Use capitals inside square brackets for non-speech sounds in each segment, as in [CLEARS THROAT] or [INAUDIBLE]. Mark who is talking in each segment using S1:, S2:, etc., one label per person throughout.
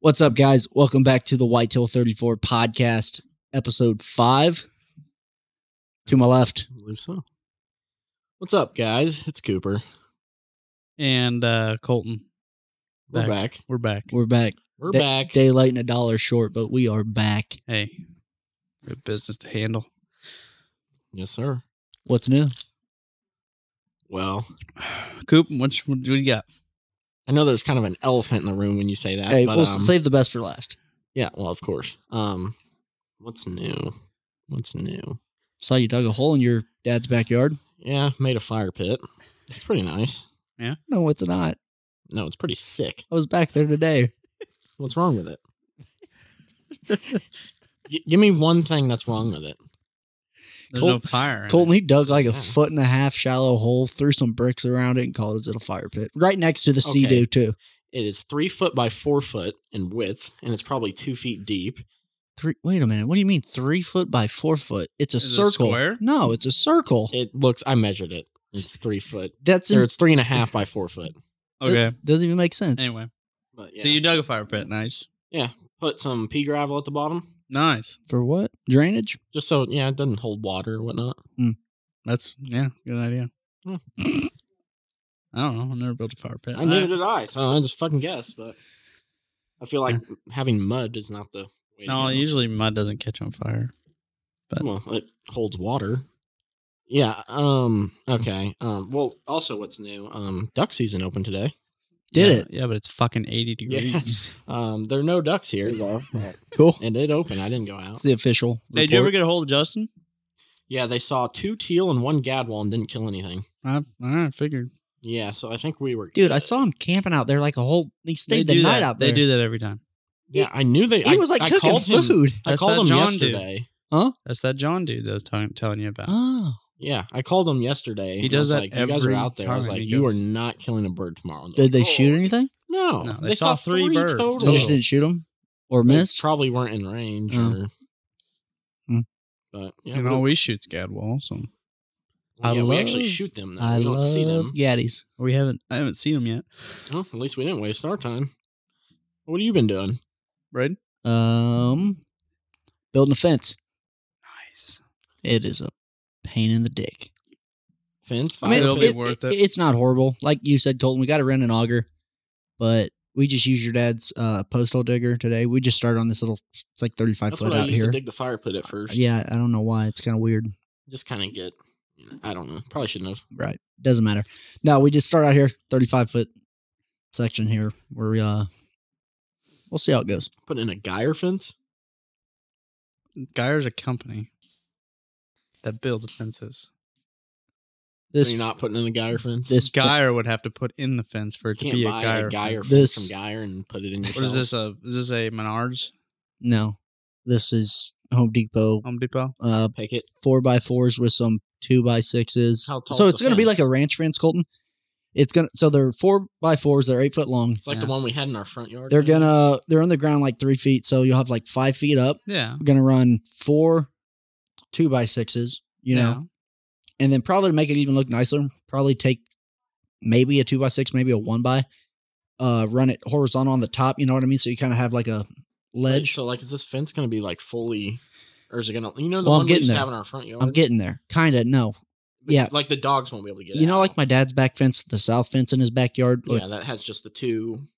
S1: What's up, guys? Welcome back to the Whitetail 34 podcast, episode five. To my left,
S2: I believe so. What's up, guys? It's Cooper.
S3: and uh Colton.
S2: We're
S3: Back.
S2: back.
S3: We're back.
S1: we're back.
S2: We're
S1: Da-
S2: back.
S1: Daylight and a dollar short, but we are back.
S3: Hey, good business to handle. [SIGHS]
S2: yes, sir.
S1: What's new?
S2: Well,
S3: Coop, what you, what you got?
S2: I know there's kind of an elephant in the room when you say that,
S1: hey,
S2: but
S1: we'll
S2: um,
S1: save the best for last.
S2: yeah, well, of course. Um, what's new? What's new?
S1: Saw you dug a hole in your dad's backyard.
S2: Yeah, made a fire pit. It's pretty nice.
S1: No, it's not.
S2: No, it's pretty sick.
S1: I was back there today.
S2: What's wrong with it? G- give me one thing that's wrong with it.
S3: There's
S1: Colt-
S3: no fire. in
S1: Colton, he dug like a
S2: Yeah.
S1: foot and a half shallow hole, threw some bricks around it, and called it a fire pit. Right next to the sea
S2: Okay.
S1: doo, too.
S2: It is three foot by four foot in width, and it's probably two feet deep.
S1: Three, wait a minute. What do you mean three foot by four foot? It's a
S3: Is it
S1: circle.
S3: square?
S1: No, it's a circle.
S2: It looks. I measured it. It's three foot,
S1: That's
S2: or
S1: in,
S2: it's three and a half by four foot.
S3: it. Okay.
S1: that doesn't even make sense.
S3: Anyway,
S2: But yeah.
S3: so you dug a fire pit. Nice.
S2: put some pea gravel at the bottom,
S3: Nice.
S1: For what? Drainage?
S2: just so yeah, it doesn't hold water or whatnot.
S3: That's, yeah, good idea.
S2: Hmm.
S3: I don't know. I've never built a fire pit.
S2: I neither did I, so I just fucking guess. But I feel like having mud is not the way. to
S3: no,
S2: go.
S3: usually mud doesn't catch on fire.
S2: well, it holds water. Yeah. Um. Okay. Um. Well, also, what's new? Um. Duck season opened today.
S1: Did
S3: Yeah,
S1: it?
S3: Yeah, but it's fucking 80 degrees.
S2: Yes. [LAUGHS] Um. There are no ducks here [LAUGHS] though. but
S1: Cool.
S2: it did open. I didn't go out.
S1: That's the official.
S3: [LAUGHS] Hey, did you ever
S1: report.
S3: get a hold of Justin?
S2: Yeah. They saw two teal and one gadwall and didn't kill anything.
S3: I, I figured.
S2: Yeah. So I think we were.
S1: Dude, I
S2: good.
S1: saw him camping out there like a whole. He stayed the
S3: do
S1: night
S3: that.
S1: out there.
S3: They do that every time.
S2: Yeah. I knew they.
S1: He
S2: I-
S1: was like
S2: I
S1: cooking
S2: called him-
S1: food.
S2: I
S3: That's
S2: called
S3: that
S2: him
S3: John dude.
S2: yesterday.
S3: That's that John dude that I was telling, telling you about.
S1: Oh,
S2: Yeah, I called him yesterday. and I
S3: does
S2: was
S3: that
S2: like, You guys are
S3: every
S2: out there. I was
S3: time
S2: like,
S3: he
S2: you
S3: goes.
S2: are not killing a bird tomorrow. And they're
S1: did they
S2: like,
S1: shoot
S2: "Oh,
S1: anything?
S2: No,
S3: No, they saw three birds.
S1: They just
S3: Total.
S1: didn't shoot him or
S2: They
S1: miss.
S2: probably weren't in range.
S1: Oh.
S2: Or,
S1: Hmm.
S2: But yeah,
S3: you
S2: we,
S3: know, we shoot Scadwall, so
S2: yeah,
S1: I
S2: we actually
S1: love-
S2: shoot them. Though.
S1: I
S2: we don't
S1: love
S2: see them.
S1: Gaddies.
S3: we haven't. I haven't seen him yet.
S2: Well, at least we didn't waste our time. What have you been doing?
S3: Right?
S1: Um, building a fence.
S3: Nice.
S1: It is a pain in the dick.
S2: Fence?
S1: I mean,
S2: fire
S3: It'll be
S2: pit?
S1: it-
S3: worth
S1: it-
S3: it.
S1: It's not horrible. Like you said, Colton, we got to rent an auger, but we just use your dad's uh, postal digger today. We just started on this little, it's like 35
S2: That's
S1: foot
S2: what I
S1: out
S2: used
S1: here.
S2: to dig the fire pit at first.
S1: Yeah, I don't know why. It's kind of weird.
S2: Just kind of get, you know, I don't know. Probably shouldn't have.
S1: Right. Doesn't matter. No, we just start out here, 35 foot section here. We're, uh, we'll see how it goes.
S2: Put in a gyre fence?
S3: Geyer's a company that builds
S2: so
S3: fences.
S1: This,
S2: you're not putting in a gyre fence?
S1: this- It's-
S3: Geyer would have to put in the fence for
S2: you
S3: it to
S2: can't
S3: be a
S2: buy
S3: Geyer.
S2: a gyre
S3: fence.
S2: fence
S1: This-
S2: from gyre and put it in
S3: What
S2: yourself.
S3: is this? A is this a Menards
S1: no, this is Home Depot,
S3: Home Depot?
S1: uh,
S2: Pick it.
S1: four by fours with some two by sixes.
S2: How tall's
S1: so
S2: the
S1: it's going to be like
S2: fence?
S1: a ranch fence, Colton. It's going to, so they're four by fours. They're eight foot long.
S2: It's like the
S3: Yeah.
S2: one we had in our front yard.
S1: They're
S2: maybe?
S1: gonna they're on the ground like three feet, so you'll have like five feet up.
S3: Yeah.
S1: We're gonna run four two by sixes, you know, and then probably to make it even look nicer, probably take maybe a two by six, maybe a one by, uh, run it horizontal on the top. You know what I mean? So you kind of have like a
S2: Wait,
S1: ledge.
S2: So like, is this fence gonna be like fully, or is it gonna? You know, the
S1: Well, I'm
S2: one we
S1: getting
S2: used to
S1: there.
S2: have in our front yard.
S1: I'm getting there, kind of. No, yeah.
S2: Like the dogs won't be able to get.
S1: you know,
S2: out.
S1: like my dad's back fence, the south fence in his backyard like,
S2: yeah, that has just the two,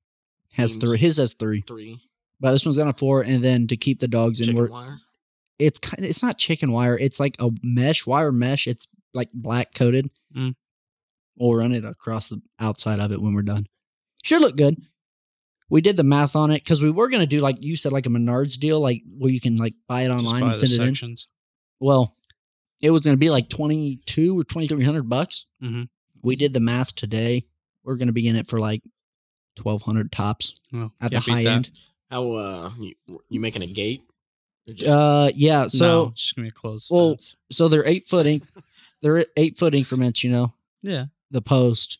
S1: has
S2: beams.
S1: three. His has three,
S2: three
S1: but this one's gonna have four, and then to keep the dogs in,
S2: chicken
S1: we're
S2: wire.
S1: it's kind of, it's not chicken wire. It's like a mesh wire mesh. It's like black coated.
S3: Mm.
S1: We'll run it across the outside of it when we're done. Should look good. We did the math on it because we were gonna do like you said, like a Menards deal, like where you can like buy it
S3: Just
S1: online
S3: buy
S1: and
S3: the
S1: send it in.
S3: sections.
S1: Well, it was gonna be like twenty two or twenty three hundred bucks.
S3: Mhm.
S1: We did the math today. We're gonna be in it for like twelve hundred tops
S3: Well,
S1: at
S3: yeah,
S1: the
S3: beat
S1: high
S3: that.
S1: end.
S2: How uh, you, you making a gate? Or just-
S1: Uh, yeah.
S3: No,
S1: So
S3: it's just gonna be a closed.
S1: well,
S3: fence.
S1: so they're eight foot inc- they're eight foot increments you know
S3: yeah,
S1: the post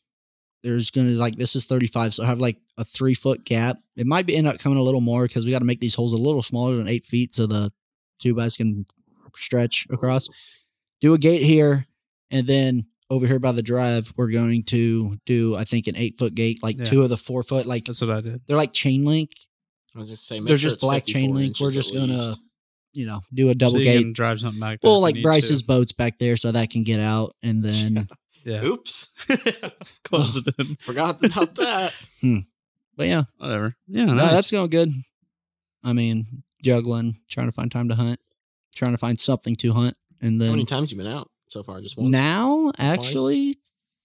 S1: there's gonna like this is 35 so i have like a three foot gap it might be end up coming a little more because we got to make these holes a little smaller than eight feet so the two guys can stretch across do a gate here and then over here by the drive we're going to do i think an eight foot gate like
S3: Yeah.
S1: two of the four foot like
S3: that's what I did.
S1: they're like chain link
S2: I was just saying
S1: They're just black chain link. We're just gonna, you know, do a double
S3: so you
S1: gate.
S3: can drive something back. there
S1: Well,
S3: if you
S1: like
S3: need
S1: Bryce's
S3: to.
S1: boat's back there, so that can get out, and
S3: [LAUGHS]
S1: then.
S3: Yeah.
S2: Oops, [LAUGHS]
S3: Close it
S1: [LAUGHS]
S3: in.
S2: forgot about that.
S1: But yeah,
S3: Whatever. Yeah.
S1: no,
S3: Oh, nice.
S1: that's going good. I mean, juggling, trying to find time to hunt, trying to find something to hunt, and
S2: How many
S1: then
S2: times you been out so far? Just once.
S1: now actually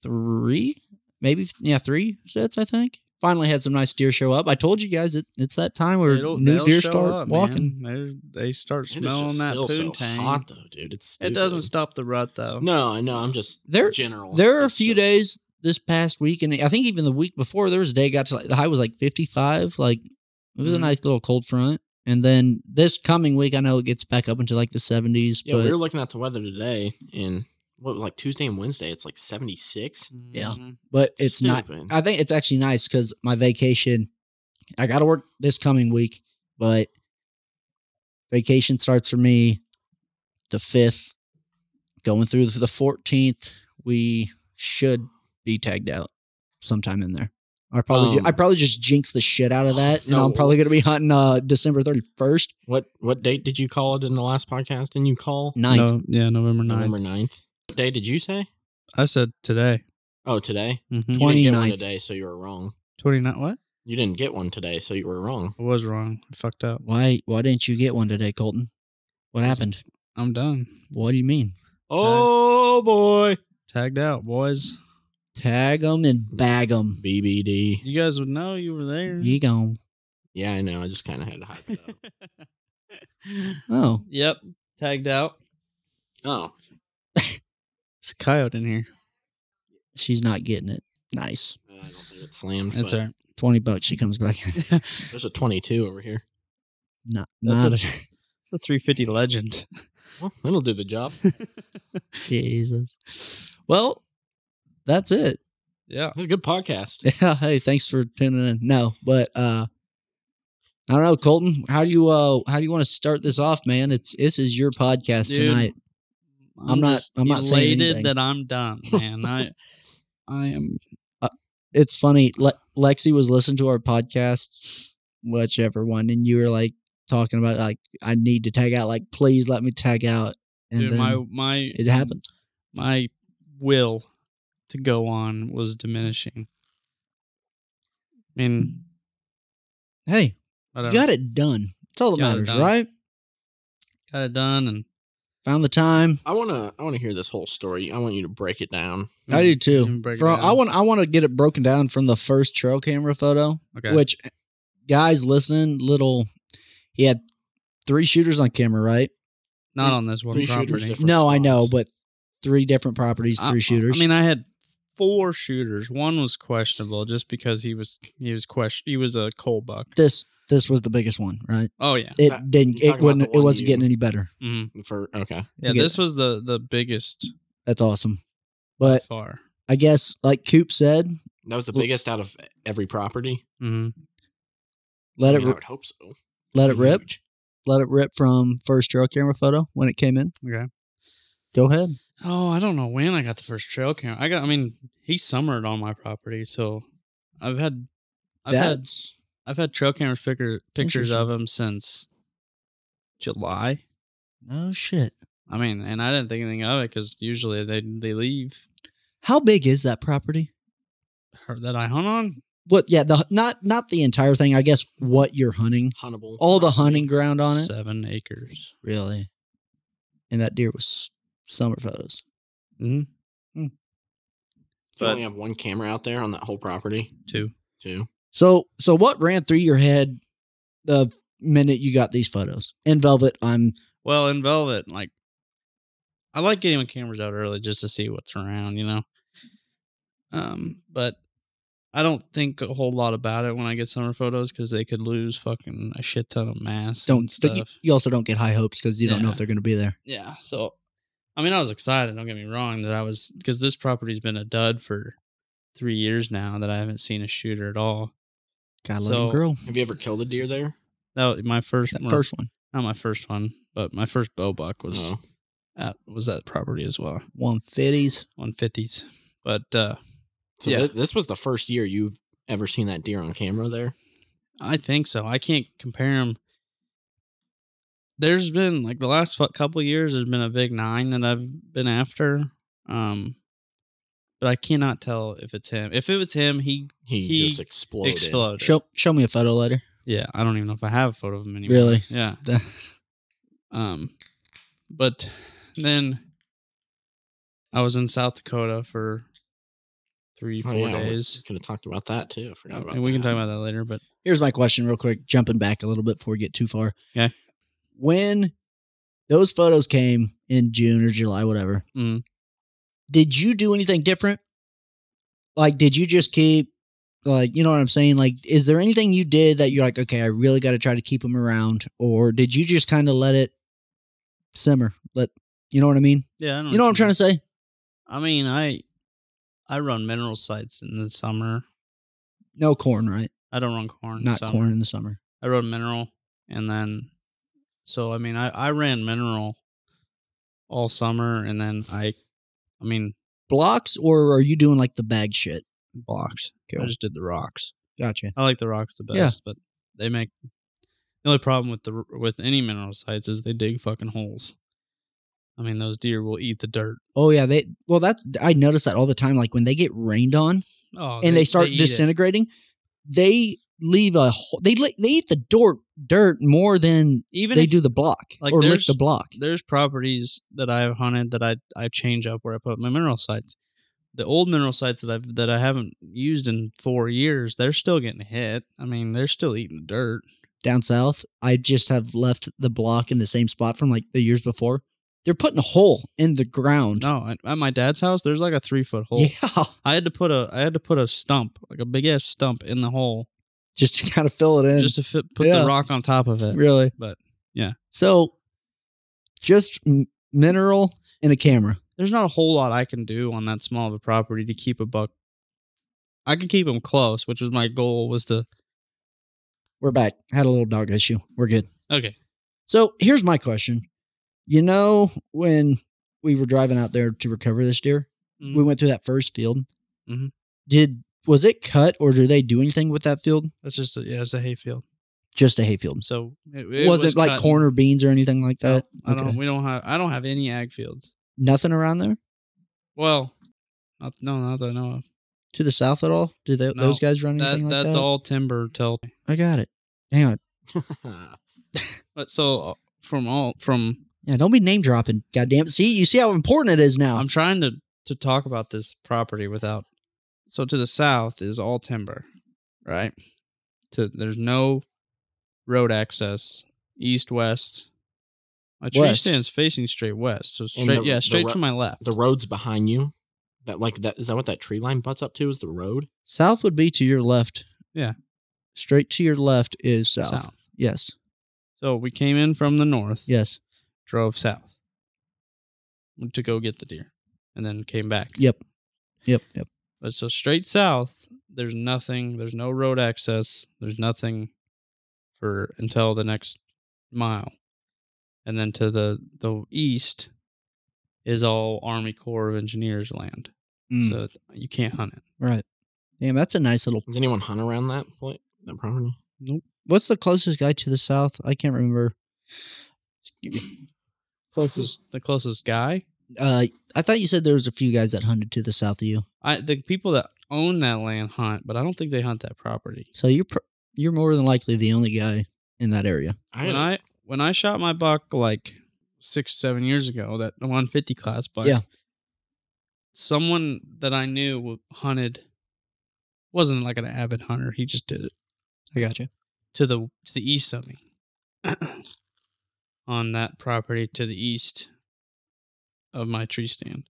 S1: three, maybe yeah, three sets. I think finally had some nice deer show up. I told you guys it, it's that time where
S3: It'll-
S1: new
S3: they'll
S1: deer
S3: show
S1: start
S3: up,
S1: walking.
S3: man. They're- They start
S2: It is
S3: smelling
S2: just
S3: that
S2: still so
S3: poontang.
S2: hot though, dude. It's
S3: it doesn't
S2: stupid.
S3: stop the rut though.
S2: No, I know. I'm just
S1: There-
S2: general.
S1: There are a
S2: It's
S1: few
S2: just-
S1: days this past week, and I think even the week before, there was a day got to like the high was like 55. Like it was a
S2: Mm-hmm.
S3: Mhm.
S1: nice little cold front. And then this coming week, I know it gets back up into like the 70s.
S2: Yeah,
S1: but
S2: we were looking at the weather today, and what like Tuesday and Wednesday, it's like 76.
S1: Yeah. but it's not.
S2: Stupid.
S1: I think it's actually nice because my vacation, I got to work this coming week, but vacation starts for me the 5th. Going through the 14th, we should be tagged out sometime in there. I probably ju- I
S2: Um,
S1: probably just jinx the shit out of that, and I'm
S2: no.
S1: probably gonna be hunting uh December 31st,
S2: What what date did you call it in the last podcast? Didn't you call
S1: 9th.
S3: No, yeah, November 9th.
S2: November 9th? What day did you say?
S3: I said today.
S2: Oh, today.
S3: Mm-hmm.
S2: You didn't get one
S1: 29th.
S2: today, so you were wrong.
S3: 29. What?
S2: You didn't get one today, so you were wrong.
S3: I was wrong. I fucked up.
S1: Why why didn't you get one today, Colton? What happened?
S3: I'm done.
S1: What do you mean?
S2: Oh boy,
S3: Tagged out, boys.
S1: Tag them and bag them.
S2: BBD.
S3: You guys would know you were there.
S1: You gone?
S2: Yeah, I know. I just kind of had to hype it up.
S1: Oh,
S3: yep. Tagged out.
S2: [LAUGHS] oh,
S3: There's a coyote in here.
S1: she's not getting it. Nice.
S2: I don't think it's slammed.
S3: That's
S2: That's
S3: all right.
S1: 20 bucks. She comes
S3: [LAUGHS]
S1: back. in.
S3: it's
S2: There's a 22 over here.
S1: not,
S3: [LAUGHS] That's
S1: not a,
S3: a 350 legend.
S2: Well, that'll do the job.
S1: Jesus. Well, that's it. [LAUGHS]
S3: yeah.
S2: It's a good podcast.
S1: Yeah. Hey, thanks for tuning in. No, but, uh, I don't know, Colton. How do you uh how do you want to start this off, man? It's this is your podcast
S3: Dude,
S1: tonight. I'm not-
S3: just
S1: I'm not saying
S3: elated
S1: anything.
S3: that I'm done, man.
S1: [LAUGHS]
S3: I I am
S1: It's funny. Le- Lexi was listening to our podcast, whichever one, and you were like talking about like I need to tag out. Like, please let me tag out. And
S3: dude,
S1: then
S3: my my
S1: it happened.
S3: my will to go on was diminishing. I mean,
S1: Hey, you
S3: whatever.
S1: got it done. That's all that
S3: Got it
S1: matters,
S3: done.
S1: right?
S3: got it done, and
S1: Found the time.
S2: I want to I want to hear this whole story. I want you to break it down.
S1: I do too.
S2: Mm-hmm.
S3: Even break it
S1: From, I
S3: down.
S1: want I want to get it broken down from the first trail camera photo,
S3: Okay.
S1: which guys listening, little he had three shooters on camera, right?
S3: Not on this one
S2: three shooters
S3: property.
S2: different.
S1: No, I know,
S2: spots.
S1: but three different properties,
S3: I-
S1: three shooters.
S3: I mean, I had four shooters. One was questionable just because he was he was question he was a coal buck.
S1: this this was the biggest one, right?
S3: Oh yeah,
S1: It
S2: That-
S1: didn't.
S2: you're
S1: It
S2: talking about
S1: wouldn't.
S2: the
S1: It
S2: one
S1: wasn't
S2: you-
S1: getting any better.
S3: hmm
S2: For okay,
S3: yeah.
S1: get
S3: This was the the biggest
S1: That's awesome. But
S3: far.
S1: I guess, like Coop said,
S2: that was the
S1: Well-
S2: biggest out of every property.
S3: hmm
S1: let
S2: I,
S1: it
S2: mean, I
S1: ri-
S2: would hope so.
S1: let it
S2: It's
S1: rip,
S2: huge.
S1: let it rip from first trail camera photo when it came in.
S3: Okay.
S1: Go ahead.
S3: Oh, I don't know when I got the first trail camera. I got. I mean, he summered on my property, so I've had. I've had
S1: That's
S3: I've had trail camera picker, pictures
S1: Interesting.
S3: of him since July.
S1: no oh, shit.
S3: I mean, and I didn't think anything of it because usually they they leave
S1: How big is that property?
S3: her that I hunt on.
S1: What? Yeah, the not not the entire thing. I guess what you're hunting,
S2: Huntable.
S1: all the hunting ground on it.
S3: Seven acres.
S1: Really, and that deer was summer photos.
S3: Mm-hmm.
S2: You
S3: but-
S2: only have one camera out there on that whole property.
S3: Two.
S2: Two.
S1: So so what ran through your head the minute you got these photos in velvet? I'm
S3: Well, in velvet, like I like getting my cameras out early just to see what's around, you know. Um, but I don't think a whole lot about it when I get summer photos because they could lose fucking a shit ton of mass. and
S1: don't but you,
S3: stuff.
S1: you also don't get high hopes because you don't know
S3: Yeah.
S1: if they're going to be there.
S3: yeah so i mean i was excited don't get me wrong that i was because this property's been a dud for three years now that i haven't seen a shooter at all
S1: God love
S3: So-
S1: girl.
S2: Have you ever killed a deer there?
S3: no my first,
S1: That
S3: well,
S1: first one,
S3: not my first one but my first bow buck was
S2: No.
S3: at was that property as well
S1: one fifties.
S3: 150s but uh
S2: So
S3: Yeah.
S2: thi- this was the first year you've ever seen that deer on camera there.
S3: I think so. I can't compare them. There's been like the last fu- couple years. There's been a big nine that I've been after, um, but I cannot tell if it's him. If it was him, he
S2: He,
S3: He
S2: just exploded.
S3: exploded.
S1: Show show me a photo later.
S3: Yeah, I don't even know if I have a photo of him anymore.
S1: Really? [LAUGHS]
S3: Yeah.
S1: The-
S3: Um, but then I was in South Dakota for three,
S2: Oh,
S3: four
S2: yeah, we-
S3: days.
S2: Could have talked about that too. I forgot about
S3: And we can
S2: that.
S3: talk about that later, but
S1: Here's my question, real quick. Jumping back a little bit before we get too far.
S3: Okay.
S1: When those photos came in June or July, whatever,
S3: Mm.
S1: did you do anything different? Like, did you just keep, like, you know what I'm saying? Like, is there anything you did that you're like, okay, I really got to try to keep them around, or did you just kind of let it simmer? Let you know what I mean?
S3: yeah, I don't
S1: You know what I'm trying to say?
S3: I mean, I I run mineral sites in the summer.
S1: No corn, right?
S3: I don't run corn. in the
S1: Not
S3: summer.
S1: corn in the summer.
S3: I run mineral, and then so I mean, I I ran mineral all summer, and then I, I mean,
S1: Blocks, or are you doing like the bag shit?
S3: blocks. I
S1: Cool.
S3: just did the rocks.
S1: Gotcha.
S3: I like the rocks the best,
S1: Yeah.
S3: but they make the only problem with the with any mineral sites is they dig fucking holes. I mean, those deer will eat the dirt.
S1: Oh yeah, they well that's I notice that all the time. Like when they get rained on
S3: Oh,
S1: and they, start
S3: eat it.
S1: disintegrating, they leave a ho- they li- they eat the dirt dirt more than
S3: Even
S1: they
S3: if
S1: do the block
S3: like,
S1: or lick
S3: there's-
S1: the block.
S3: there's properties that I've hunted that I I change up where I put my mineral sites. The old mineral sites that I've that I haven't used in four years, they're still getting hit. I mean, they're still eating the dirt.
S1: Down south, I just have left the block in the same spot from like the years before. They're putting a hole in the ground.
S3: No, at- at my dad's house, there's like a three foot
S1: [LAUGHS]
S3: hole.
S1: yeah,
S3: I had to put a I had to put a stump, like a big ass stump, in the hole
S1: just to kind of fill it in.
S3: just to fit, put
S1: yeah.
S3: the rock on top of it.
S1: really,
S3: but, yeah.
S1: So, just m- mineral and a camera.
S3: there's not a whole lot I can do on that small of a property to keep a buck. I can keep them close, which was my goal was to
S1: We're back. Had a little dog issue. We're good.
S3: okay.
S1: So here's my question. You know, when we were driving out there to recover this deer,
S3: Mm.
S1: we went through that first field.
S3: Mhm.
S1: Did was it cut or do they do anything with that field?
S3: That's just a, yeah, it's a hay field.
S1: Just a hayfield.
S3: So it,
S1: was, it like
S3: cut-
S1: corn or beans or anything like
S3: No,
S1: that?
S3: I don't. We don't have. I don't have any ag fields.
S1: Nothing around there
S3: Well, not, no, not that I know of.
S1: to the south at all? Do they,
S3: No.
S1: those guys run
S3: That,
S1: anything like
S3: that's
S1: that?
S3: all timber till.
S1: I got it. Hang on.
S3: But so uh, from all from
S1: Yeah, don't be name dropping. Goddamn. See, you see how important it is now.
S3: I'm trying to to talk about this property without. So to the south is all timber, right? To there's no road access east west. My tree
S1: West.
S3: stands facing straight west, so straight
S2: the-
S3: yeah
S2: the
S3: straight
S2: ro-
S3: to my
S2: [LAUGHS]
S3: left.
S2: the road's behind you. That like that is that what that tree line butts up to? Is the road?
S1: south would be to your left.
S3: Yeah.
S1: Straight to your left is south.
S3: south.
S1: Yes.
S3: So we came in from the north,
S1: Yes.
S3: drove south to go get the deer, and then came back.
S1: Yep. Yep. Yep.
S3: But so straight south, there's nothing. There's no road access. There's nothing for until the next mile, and then to the the east is all Army Corps of Engineers land.
S1: Mm.
S3: So you can't hunt it.
S1: Right. Damn, that's a nice little.
S2: Does anyone hunt around that pla That property?
S1: What's the closest guy to the south? I can't remember.
S3: Closest the closest guy.
S1: Uh, I thought you said there was a few guys that hunted to the south of you.
S3: I the people that own that land hunt, but I don't think they hunt that property.
S1: So you're pr- you're more than likely the only guy in that area.
S2: I
S3: when I when I shot my buck like six seven years ago, that 150 class buck.
S1: Yeah.
S3: Someone that I knew w- hunted wasn't like an avid hunter. He just did it
S1: I gotcha.
S3: to the to the east of me [CLEARS THROAT] on that property to the east of my tree stand,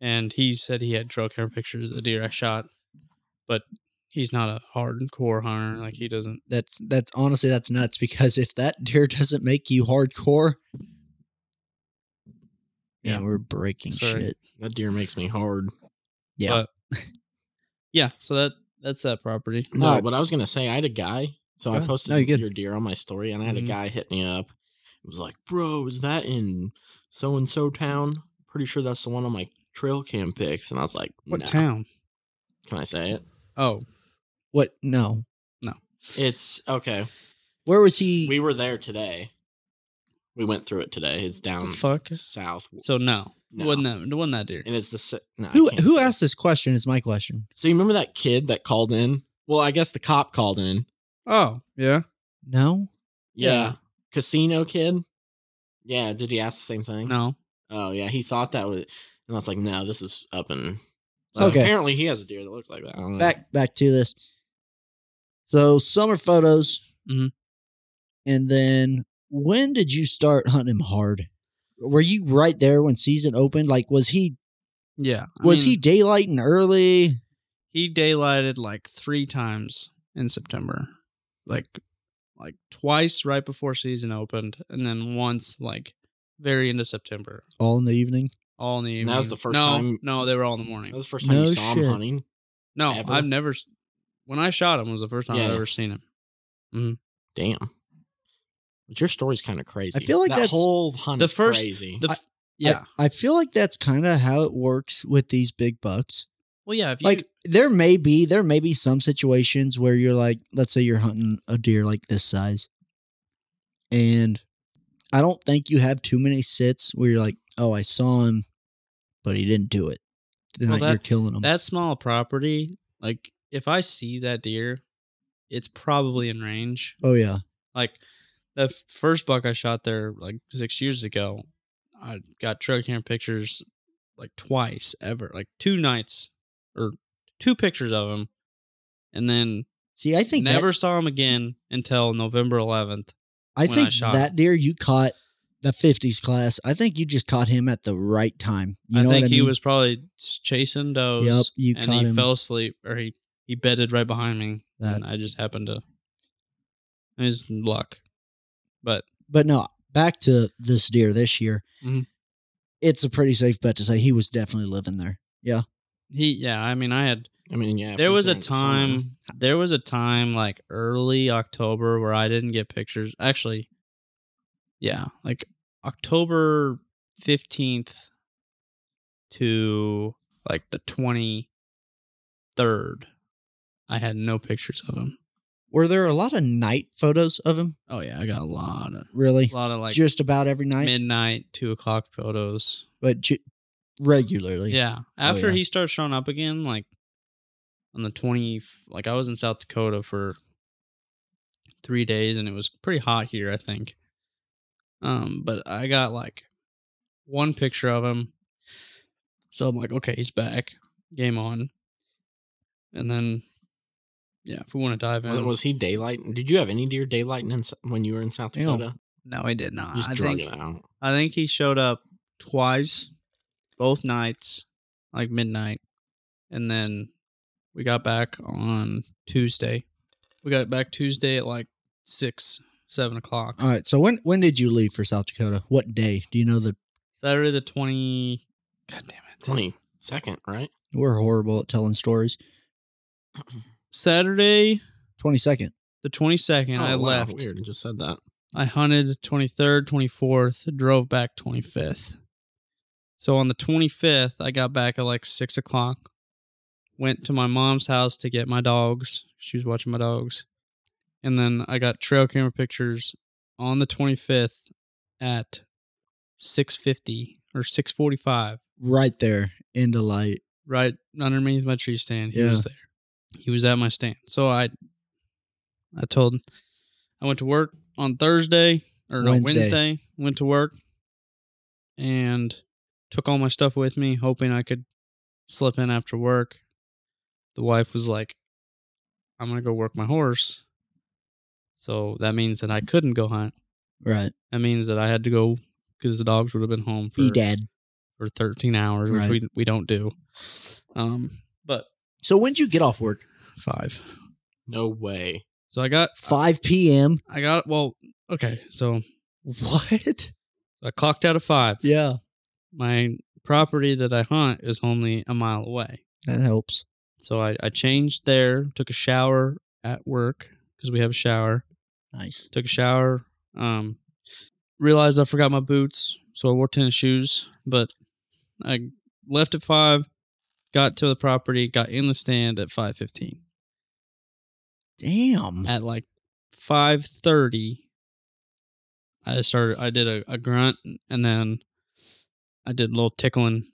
S3: and he said he had trail camera pictures of the deer I shot, but he's not a hardcore hunter. Like he doesn't.
S1: That's that's honestly that's nuts because if that deer [LAUGHS] doesn't make you hardcore, yeah,
S3: Yeah.
S1: we're breaking
S3: Sorry.
S1: shit.
S2: that deer makes me hard.
S1: Yeah.
S3: Yeah. So that that's that property.
S2: No,
S1: Alright.
S2: but I was gonna say I had a guy. So
S1: Go
S2: I
S1: ahead.
S2: posted
S1: No, you're good.
S2: your deer on my story, and I had
S3: Mhm.
S2: a guy hit me up. It was like, "Bro, is that in so and so town? Pretty sure that's the one on my trail cam pics." And I was like,
S3: What
S2: "Nah."
S3: town?
S2: Can I say it?
S3: Oh,
S1: What? No.
S3: No.
S2: It's okay.
S1: Where was he?
S2: We were there today. We went through it today. It's
S3: The
S2: down
S3: fuck.
S2: south,
S3: So no,
S2: No.
S3: wasn't that wasn't that deer?
S2: and it's the si- no, I
S1: who
S2: can't
S1: who
S2: say.
S1: asked this question? Is my question.
S2: So you remember that kid that called in? Well, I guess the cop called in.
S3: Oh yeah.
S1: No.
S2: Yeah.
S3: Yeah.
S2: Casino kid. Yeah. Did he ask the same thing?
S3: No.
S2: Oh yeah, he thought that was, and I was like, no, this is up in.
S1: Okay.
S2: Apparently, he has a deer that looks like that. I don't know.
S1: Back back to this. So summer photos,
S3: Mhm.
S1: and then when did you start hunting him hard? Were you right there when season opened? Like, was he
S3: Yeah. I
S1: was
S3: mean,
S1: he daylighting early?
S3: He daylighted like three times in September, like like twice right before season opened, and then once like very into September,
S1: All in the evening.
S3: all in the evening.
S2: And that was the first
S3: no,
S2: time-
S3: No, they were all in the morning.
S2: That was the first time
S1: No
S2: you saw
S1: shit.
S2: him hunting.
S3: no,
S2: ever?
S3: I've never. s- When I shot him was the first time
S2: Yeah,
S3: I've
S2: yeah.
S3: ever seen him.
S2: Damn. But your story's kind of crazy.
S1: feel like
S2: that
S1: that's-
S2: whole hunt
S3: The
S2: is
S3: first-
S2: crazy.
S3: The
S1: I-
S3: f- yeah.
S1: I, I feel like that's kind of how it works with these big bucks.
S3: well, yeah. If you,
S1: Like there may be there may be some situations where you're like, let's say you're hunting a deer like this size, and I don't think you have too many sits where you're like, oh, I saw him, but he didn't do it. Then
S3: Well,
S1: like, you're killing him.
S3: that small property, like if I see that deer, it's probably in range.
S1: oh yeah,
S3: Like the f- first buck I shot there like six years ago, I got trail cam pictures like twice ever, like two nights or two pictures of him, and then
S1: see, I think
S3: never
S1: That,
S3: saw him again until November 11th.
S1: I
S3: when I
S1: think
S3: shot
S1: that deer you caught the 50s class. I think you just caught him at the right time. You
S3: I
S1: know
S3: think
S1: what I
S3: he
S1: mean?
S3: was probably s- chasing does.
S1: Yep, you
S3: and
S1: caught
S3: he
S1: him.
S3: fell asleep, or he he bedded right behind me,
S1: That-
S3: and I just happened to. It was luck, but
S1: But no, back to this deer this year.
S3: Mhm.
S1: It's a pretty safe bet to say he was definitely living there. Yeah.
S3: he yeah. I mean, I had
S2: I mean, yeah. if
S3: there
S2: he's
S3: was a
S2: saying it's summer,
S3: time there was a time like early October where I didn't get pictures. Actually, yeah, like October fifteenth to like the twenty third, I had no pictures of him.
S1: Were there a lot of night photos of him?
S3: Oh yeah, I got a lot of
S1: Really?
S3: a lot of like
S1: Just about every night,
S3: midnight, two o'clock photos.
S1: but ju- regularly.
S3: oh, Yeah. After
S1: yeah.
S3: he starts showing up again, like on the twenty, like I was in South Dakota for three days, and it was pretty hot here, I think. Um, but I got like one picture of him, so I'm like, okay, he's back, game on. And then, yeah, if we want to dive in,
S2: Was he daylight? Did you have any deer daylighting in, S- when you were in South
S1: Hell,
S2: Dakota?
S3: no, I did not.
S2: You just
S3: I
S2: drug
S3: think
S2: it out.
S3: I think he showed up twice, both nights, like midnight, and then we got back on Tuesday. We got back Tuesday at like six, seven o'clock.
S2: Uh.
S1: All right. So when when did you leave for South Dakota? What day? Do you know the
S3: Saturday the twenty. God damn it!
S2: Twenty second, right?
S1: we're horrible at telling stories.
S3: Saturday
S1: Twenty second.
S3: the twenty second. I
S2: Oh, wow,
S3: left.
S2: Weird. I just said that.
S3: I hunted 23rd, 24th, drove back 25th. So on the 25th, I got back at like six o'clock, went to my mom's house to get my dogs. She was watching my dogs. And then I got trail camera pictures on the 25th at 650 or 645
S1: Right there in the light.
S3: right underneath my tree stand. He
S1: Yeah.
S3: was there. He was at my stand. So I I told I went to work on Thursday or no
S1: Wednesday.
S3: Wednesday. Went to work and took all my stuff with me, hoping I could slip in after work. The wife was like, I'm gonna go work my horse. So that means that I couldn't go hunt.
S1: Right.
S3: That means that I had to go because the dogs would have been home for
S1: Be dad.
S3: for 13 hours, which
S1: Right.
S3: we, we don't do. Um, but
S1: So when'd you get off work?
S3: Uh, five.
S2: No way.
S3: So I got,
S1: Five p.m.
S3: I got, well, okay. So [LAUGHS]
S1: What?
S3: I clocked out at five.
S1: Yeah,
S3: My property that I hunt is only a mile away.
S1: that helps.
S3: So I, I changed there, took a shower at work because we have a shower.
S1: Nice.
S3: Took a shower, um, realized I forgot my boots. So I wore tennis shoes, but I left at five, got to the property, got in the stand at 515.
S1: Damn.
S3: at like five thirty. I started. I did a, a grunt, and then I did a little tickling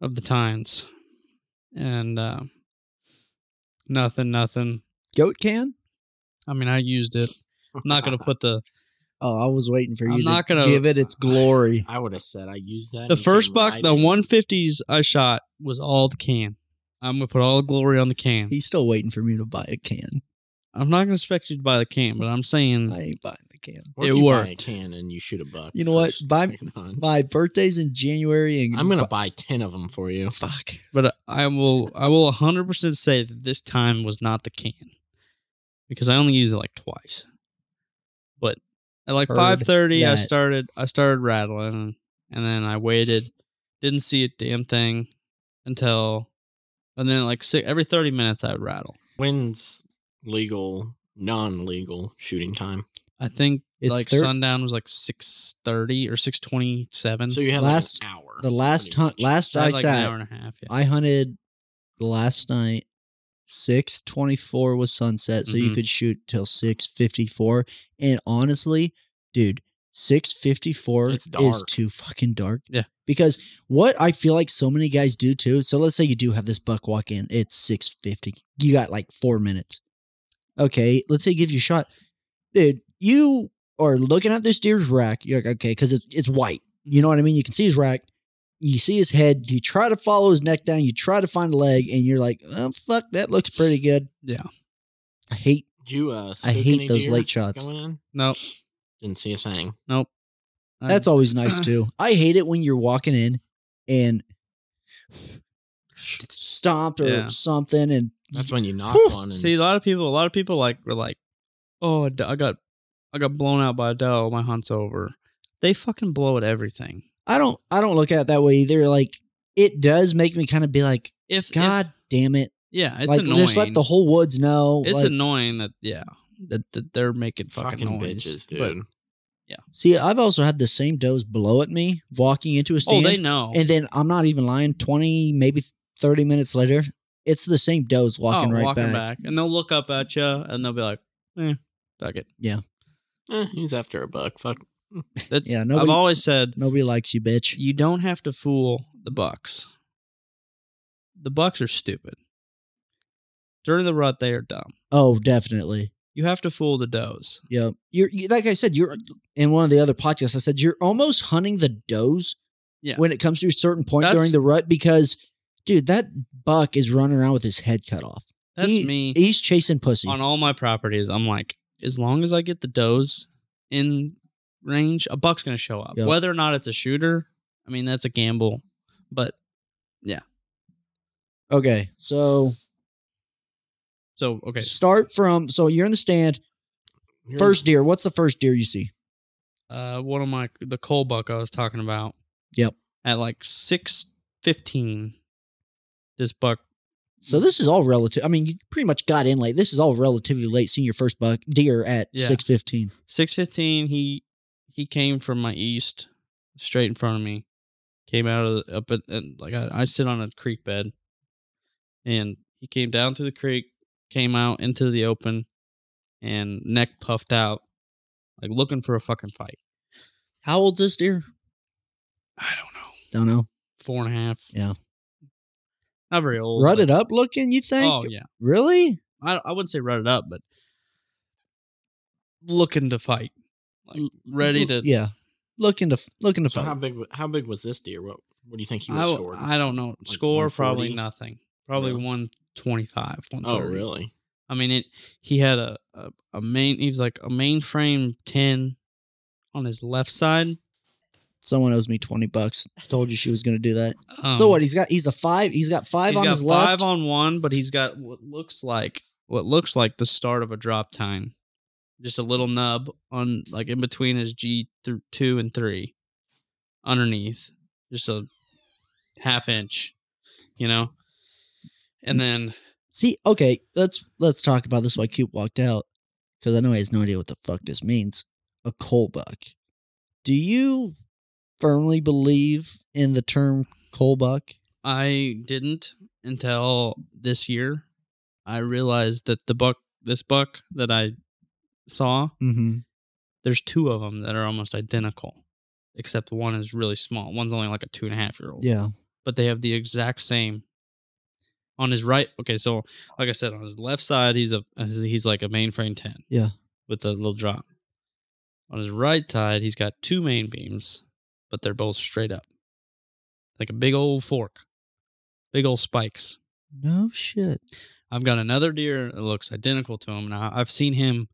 S3: of the times, and uh, nothing, nothing.
S1: Goat can?
S3: I mean, I used it. I'm not gonna put the
S1: Oh, I was waiting for you
S3: I'm
S1: to
S3: not gonna-
S1: give it its glory.
S2: I would have said I used that.
S3: the
S2: and
S3: first
S2: came
S3: buck.
S2: right
S3: The
S2: in.
S3: 150s I shot was all the can. I'm gonna put all the glory on the can.
S1: He's still waiting for me to buy a can.
S3: I'm not gonna expect you to buy the can, but I'm saying
S1: I ain't buying the can.
S2: What if
S3: it
S2: you buy a
S3: worked.
S2: can and you shoot a buck.
S1: You know what?
S2: first [LAUGHS]
S1: Buy-
S2: fucking hunt?
S1: My birthday's in January and
S2: I'm gonna buy ten of them for
S3: Oh,
S2: you.
S1: fuck.
S3: but I will I will 100% say that this time was not the can because I only used it like twice. But at like
S1: Heard
S3: 5:30 I
S1: that.
S3: started I started rattling and then I waited didn't see a damn thing until and then like six, every 30 minutes I would rattle.
S2: When's legal, non-legal shooting time?
S3: I think
S1: It's
S3: like
S1: thir-
S3: sundown was like 6:30 or 6:27.
S2: So you had
S1: Last-
S2: like an hour.
S1: The last
S2: pretty
S1: hunt
S2: much.
S1: last
S3: I
S1: I
S3: had like an
S1: sat
S3: hour and a half. Yeah.
S1: I hunted last night. Six twenty four was sunset, so you
S3: Mhm.
S1: could shoot till six fifty four. And honestly, dude, six fifty four
S2: It's
S1: is
S2: dark.
S1: too fucking dark.
S3: Yeah.
S1: because what I feel like so many guys do too. So let's say you do have this buck walk in. It's six fifty. You got like four minutes. Okay, let's say he gives you a shot, dude. You are looking at this deer's rack. You're like, okay, because it's it's white. You know what I mean? You can see his rack you see his head, you try to follow his neck down, you try to find a leg, and you're like, oh, fuck, that looks pretty good.
S3: Yeah.
S1: I hate
S2: Did you uh,
S1: I
S2: spook any
S1: hate those
S2: deer
S1: late shots.
S2: Going in?
S3: no.
S2: Didn't see a thing.
S3: Nope. I-
S1: That's always nice
S3: [LAUGHS]
S1: too. I hate it when you're walking in and stomped or
S3: Yeah.
S1: something and
S2: That's when you knock
S1: Whew.
S2: one. And
S3: See, a lot of people, a lot of people like were like, "Oh, a do- I got, I got blown out by a doe. My hunt's over." They fucking blow at everything.
S1: I don't I don't look at it that way either. Like it does make me kind of be like,
S3: If if-
S1: God damn it.
S3: yeah, it's
S1: like
S3: annoying.
S1: just let the whole woods know.
S3: it's
S1: like,
S3: annoying that yeah that, that they're making fucking,
S2: fucking
S3: noise.
S2: bitches, dude.
S3: But-
S1: see, I've also had the same does blow at me walking into a
S3: oh,
S1: stand.
S3: they know.
S1: And then I'm not even lying. Twenty, maybe thirty minutes later, it's the same does walking
S3: Oh,
S1: right
S3: walking
S1: back.
S3: and they'll look up at you, and they'll be like, "Eh, fuck it."
S2: Eh, he's after a buck. Fuck.
S3: That's
S1: Yeah,
S3: yeah.
S1: nobody-
S3: I've always said
S1: Nobody likes you, bitch.
S3: you don't have to fool the Bucks. The Bucks are stupid. During the rut, they are dumb.
S1: Oh, definitely.
S3: You have to fool the does.
S1: Yep. You're you, like I said. You're uh, in one of the other podcasts. I said you're almost hunting the does
S3: Yeah.
S1: when it comes to a certain point during
S3: That's-
S1: the rut because, dude, that buck is running around with his head cut off.
S3: That's
S1: He-
S3: me.
S1: He's chasing pussy. [LAUGHS]
S3: Mm. on all my properties, I'm like, as long as I get the does in range, a buck's gonna show up.
S1: Yep.
S3: Whether or not it's a shooter, I mean that's a gamble. But
S1: Okay, so
S3: so okay,
S1: start from. So you're in the stand.
S2: You're-
S1: First deer. What's the first deer you see?
S3: uh, one of my the coal buck I was talking about.
S1: Yep.
S3: At like six fifteen, this buck. Mm.
S1: So this is all relative. I mean, you pretty much got in late. This is all relatively late. Seeing your first buck deer at
S3: Yeah.
S1: six fifteen.
S3: six fifteen. He he came from my east, straight in front of me. Came out of the, up at and like I, I sit on a creek bed, and he came down through the creek, came out into the open, and neck puffed out, like looking for a fucking fight.
S1: How old's this deer?
S3: I don't know,
S1: Don't know.
S3: four and a half.
S1: Yeah.
S3: not very old. but-
S1: Rutted up looking. You think?
S3: Oh yeah,
S1: Really?
S3: I I wouldn't say rutted up, but looking to fight, like ready to.
S1: Yeah. Looking to looking to
S2: So
S1: fight.
S2: how big? How big was this deer? What What do you think he
S3: I,
S2: was
S3: w-
S2: scored?
S3: I don't know. Score probably
S2: 140?
S3: nothing. Probably
S2: Really?
S3: 125, 130.
S2: oh, really?
S3: I mean, it. he had a, a, a main, he was like a mainframe 10 on his left side.
S1: Someone owes me twenty bucks. Told you she was going to do that.
S3: Um,
S1: so what? He's got he's a five. He's got five
S3: he's
S1: on
S3: got
S1: his
S3: five
S1: left.
S3: on one, but he's got what looks like, what looks like the start of a drop time. Just a little nub on, like in between his G through two and three underneath. Just a half inch, you know? And then
S1: See, okay, let's let's talk about this. Why Cube walked out because I know he has no idea what the fuck this means. A coal buck. Do you firmly believe in the term coal buck?
S3: I didn't until this year. I realized that the buck, this buck that I saw,
S1: Mm-hmm.
S3: there's two of them that are almost identical, except one is really small. One's only like a two and a half year old.
S1: Yeah.
S3: But they have the exact same. On his right, okay, so like I said, on his left side, he's a uh, he's like a mainframe ten.
S1: Yeah.
S3: With a little drop. On his right side, he's got two main beams, but they're both straight up, like a big old fork, big old spikes.
S1: No shit.
S3: I've got another deer that looks identical to him. And I, I've seen him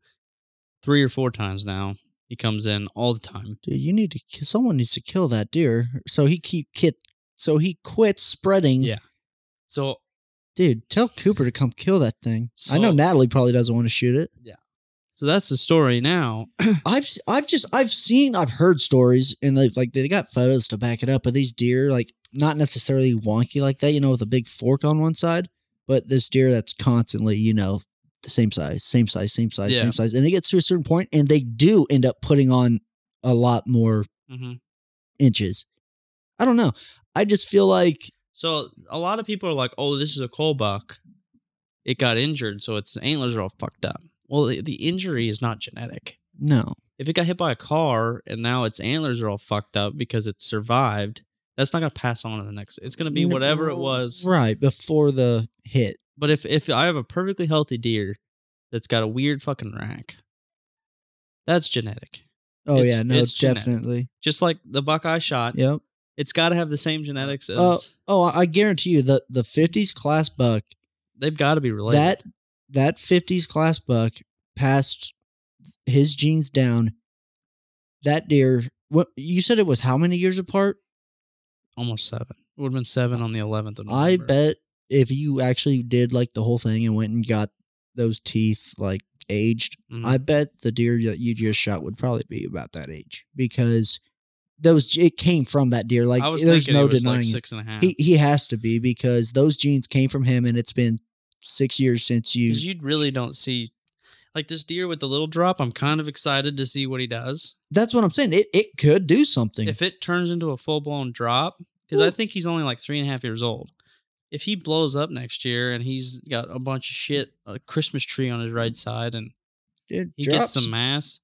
S3: three or four times now. He comes in all the time.
S1: Dude, you need to ki- someone needs to kill that deer so he keep kit so he quits spreading.
S3: Yeah. So
S1: Dude, tell Cooper to come kill that thing. I know
S3: So-
S1: Natalie probably doesn't want to shoot
S3: [LAUGHS]
S1: it.
S3: so that's the story now. [CLEARS THROAT]
S1: I've s- I've just I've seen I've heard stories and they've like they got photos to back it up of these deer like not necessarily wonky like that you know with a big fork on one side but this deer that's constantly you know the same size same size same size
S3: Yeah.
S1: same size and it gets to a certain point and they do end up putting on a lot more
S3: hmm
S1: inches. I don't know. I just feel like
S3: So a lot of people are like, oh, this is a coal buck. It got injured, so its antlers are all fucked up. Well, the, the injury is not genetic.
S1: no
S3: If it got hit by a car and now its antlers are all fucked up because it survived, that's not going to pass on to the next. It's going to be whatever it was.
S1: right before the hit.
S3: But if if I have a perfectly healthy deer that's got a weird fucking rack, that's genetic.
S1: Oh
S3: It's-
S1: yeah, no,
S3: it's genetic.
S1: definitely.
S3: Just like the buck I shot,
S1: Yep.
S3: it's got to have the same genetics as
S1: Oh, Oh, I I guarantee you the the fifties class buck
S3: they've got to be related.
S1: that that fifties class buck passed his genes down. That deer. What you said it was how many years apart?
S3: almost seven. It would have been seven on the eleventh.
S1: I bet if you actually did like the whole thing and went and got those teeth like aged,
S3: Mm-hmm.
S1: I bet the deer that you just shot would probably be about that age because those it came from that deer. Like
S3: I was
S1: there's
S3: thinking
S1: no
S3: it was
S1: denying
S3: like
S1: it.
S3: six and a half.
S1: he he has to be because those genes came from him, and it's been six years since you.
S3: Because you really don't see like this deer with the little drop. I'm kind of excited to see what he does.
S1: that's what I'm saying. It it could do something.
S3: If it turns into a full blown drop, because I
S1: Woo.
S3: think he's only like three and a half years old. If he blows up next year and he's got a bunch of shit, a Christmas tree on his right side, and
S1: Dude,
S3: he
S1: drops-
S3: gets some mass,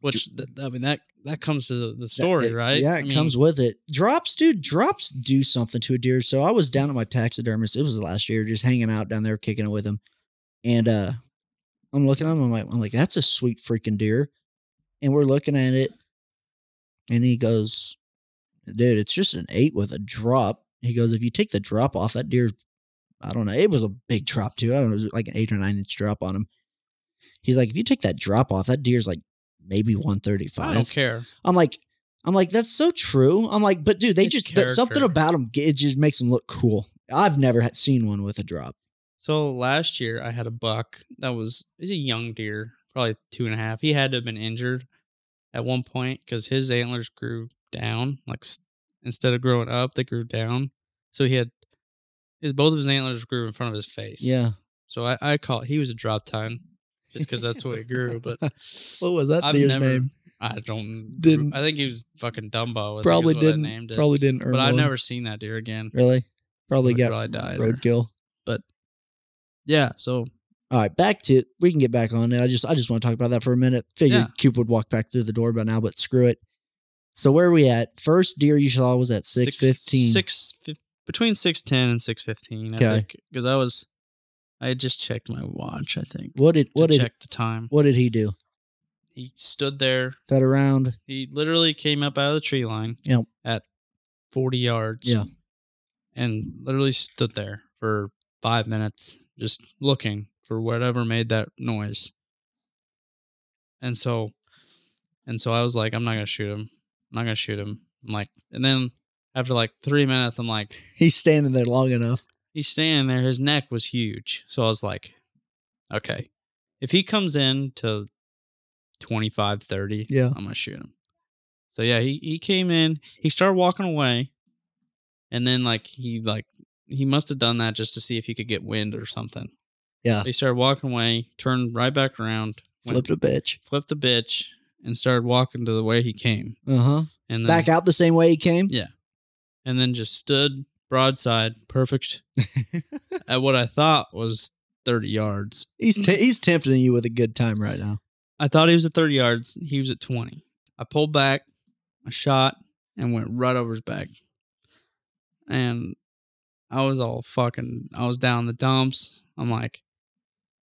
S3: which th- I mean that that comes to the, the story,
S1: it-
S3: right?
S1: Yeah,
S3: I
S1: it
S3: mean,
S1: comes with it. Drops, dude. Drops do something to a deer. So I was down at my taxidermist. It was last year, just hanging out down there, kicking it with him. And uh I'm looking at him. I'm like, I'm like, that's a sweet freaking deer. And we're looking at it, and he goes, "Dude, it's just an eight with a drop." He goes, "If you take the drop off, that deer, I don't know. It was a big drop too. I don't know, it was like an eight or nine inch drop on him." He's like, "If you take that drop off, that deer's like maybe one thirty
S3: I don't
S1: five.
S3: care.
S1: I'm like, I'm like, that's so true. I'm like, but dude, they
S3: It's
S1: just th- something
S3: character.
S1: about them. It just makes them look cool. I've never had seen one with a drop.
S3: So last year I had a buck that was he's a young deer, probably two and a half. He had to have been injured at one point because his antlers grew down, like s- instead of growing up, they grew down. So he had his both of his antlers grew in front of his face. So I, I call it, he was a drop time just because that's what he
S1: [LAUGHS]
S3: grew. But
S1: what was that
S3: I've
S1: deer's
S3: never-
S1: name?
S3: I don't.
S1: Didn't-
S3: I think he was fucking Dumbo. I think is
S1: Probably
S3: what I
S1: didn't.
S3: named it.
S1: Probably didn't earn.
S3: But I've
S1: one.
S3: never seen that deer again.
S1: really. Probably
S3: Probably
S1: got
S3: probably died or-
S1: roadkill.
S3: Yeah. So
S1: All right, back to we can get back on it. I just I just want to talk about that for a minute. Figured
S3: Yeah.
S1: Cube would walk back through the door by now, but screw it. So where are we at? First deer you saw was at six fifteen.
S3: Six fif- between six ten and six fifteen. I
S1: Okay.
S3: think because I was, I had just checked my watch. I think
S1: What did what
S3: to
S1: did
S3: check the time.
S1: what did he do?
S3: He stood there.
S1: Fed around. [LAUGHS]
S3: He literally came up out of the tree line.
S1: Yep.
S3: At forty yards.
S1: Yeah.
S3: And literally stood there for five minutes, just looking for whatever made that noise. And so, and so I was like, I'm not gonna shoot him. I'm not gonna shoot him. I'm like, and then after like three minutes, I'm like.
S1: He's standing there long enough.
S3: he's standing there. His neck was huge. So I was like, okay, if he comes in to 25, 30,
S1: Yeah.
S3: I'm going to shoot him. So yeah, he, he came in, he started walking away. And then like, he like, he must have done that just to see if he could get wind or something.
S1: Yeah.
S3: He started walking away, turned right back around, went-
S1: Flipped a bitch.
S3: flipped a bitch and started walking to the way he came.
S1: Uh huh.
S3: And then,
S1: back out the same way he came.
S3: Yeah.
S1: [LAUGHS]
S3: and then just stood broadside perfect at what I thought was 30 yards.
S1: He's t- he's tempting you with a good time right now.
S3: I thought he was at 30 yards. He was at 20. I pulled back, I shot, and went right over his back. And I was all fucking, I was down in the dumps. I'm like,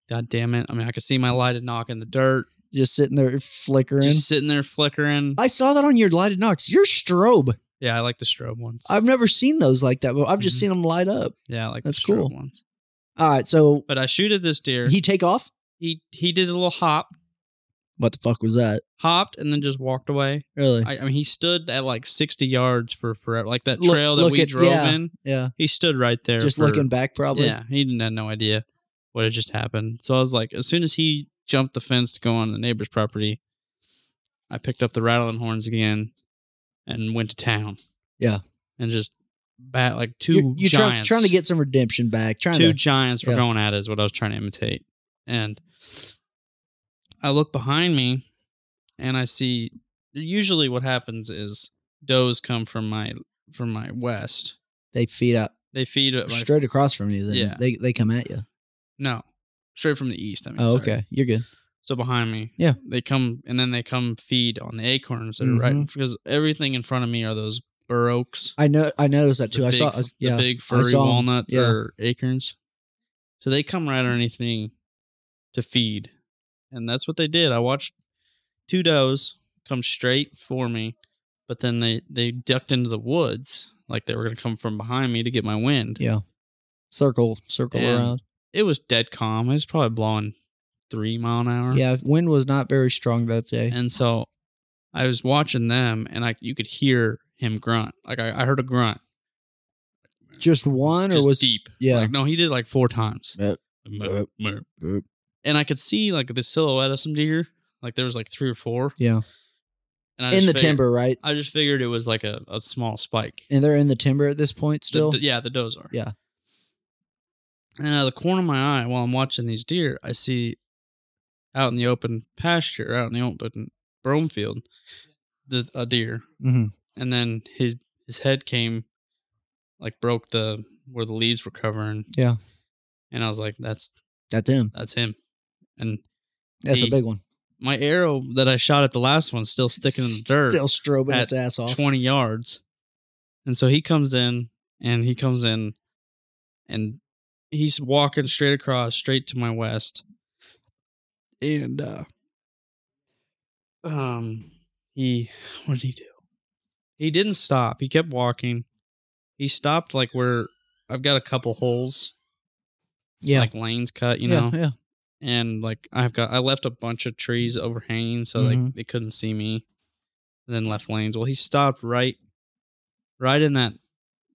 S3: God damn it. I mean, I could see my light had knocked in the dirt,
S1: Just sitting there flickering.
S3: just sitting there flickering.
S1: I saw that on your lighted knocks. Your strobe.
S3: yeah, I like the strobe ones.
S1: I've never seen those like that, but I've just
S3: Mhm.
S1: seen them light up.
S3: yeah, I like
S1: that's
S3: the strobe
S1: cool.
S3: ones.
S1: All right, so
S3: But I shoot at this deer.
S1: he take off.
S3: he he did a little hop,
S1: What the fuck was that?
S3: hopped, and then just walked away.
S1: Really?
S3: I, I mean, he stood at like 60 yards for forever. Like that
S1: Look-
S3: trail that
S1: look
S3: we
S1: at-
S3: drove
S1: yeah.
S3: in,
S1: yeah.
S3: he stood right there.
S1: Just
S3: for-
S1: looking back, probably.
S3: Yeah, he didn't have no idea what had just happened. So I was like, as soon as he jumped the fence to go on the neighbor's property, I picked up the rattling horns again and went to town.
S1: Yeah.
S3: And just bat like 2
S1: You're, you're try-
S3: giants.
S1: trying to get some redemption back. Trying
S3: two
S1: to.
S3: giants were
S1: yeah.
S3: going at it is what I was trying to imitate. And I look behind me and I see usually what happens is does come from my from my west.
S1: They feed up
S3: They feed at my
S1: straight across from you. Then
S3: Yeah.
S1: they they come at you.
S3: no. Straight from the east, I mean.
S1: Oh,
S3: sorry.
S1: okay. You're good.
S3: So behind me.
S1: Yeah.
S3: They come and then they come feed on the acorns that are right
S1: Mm-hmm.
S3: in- because everything in front of me are those bur oaks.
S1: I know. I noticed that
S3: the
S1: too. I
S3: big-
S1: saw. I was- yeah.
S3: The big furry
S1: saw 'em.
S3: walnut
S1: Yeah.
S3: or acorns. So they come right underneath me to feed. And that's what they did. I watched two does come straight for me, but then they, they ducked into the woods like they were going to come from behind me to get my wind.
S1: Yeah. circle, circle
S3: And-
S1: around.
S3: It was dead calm. It was probably blowing three mile an hour.
S1: Yeah. Wind was not very strong that day.
S3: And so I was watching them and I you could hear him grunt. Like I, I heard a grunt.
S1: Just one or
S3: just
S1: was
S3: deep.
S1: yeah.
S3: Like no, he did like four times.
S1: Yep.
S3: Meh, meh.
S1: Yep.
S3: And I could see like the silhouette of some deer. Like there was like three or four.
S1: yeah.
S3: And I
S1: In
S3: just
S1: the
S3: figured-
S1: timber, right?
S3: I just figured it was like a, a small spike.
S1: And they're in the timber at this point
S3: The-
S1: still.
S3: the- yeah, the does are.
S1: Yeah.
S3: And out of the corner of my eye, while I'm watching these deer, I see out in the open pasture, out in the open brome field, the, a deer
S1: hmm
S3: and then his his head came like broke the where the leaves were covering
S1: Yeah.
S3: and i was like that's
S1: That's him.
S3: that's him and
S1: That's
S3: He-
S1: a big one.
S3: my arrow that i shot at the last one still sticking in the dirt
S1: Still strobing
S3: at
S1: its ass off.
S3: 20 yards and so he comes in and he comes in and he's walking straight across straight to my west and uh um he what did he do he didn't stop he kept walking he stopped like where i've got a couple holes
S1: Yeah.
S3: like lanes cut you
S1: yeah,
S3: know
S1: Yeah.
S3: and like I've got I left a bunch of trees overhanging so like
S1: Mhm.
S3: they couldn't see me. And then left lanes. Well, he stopped right, right in that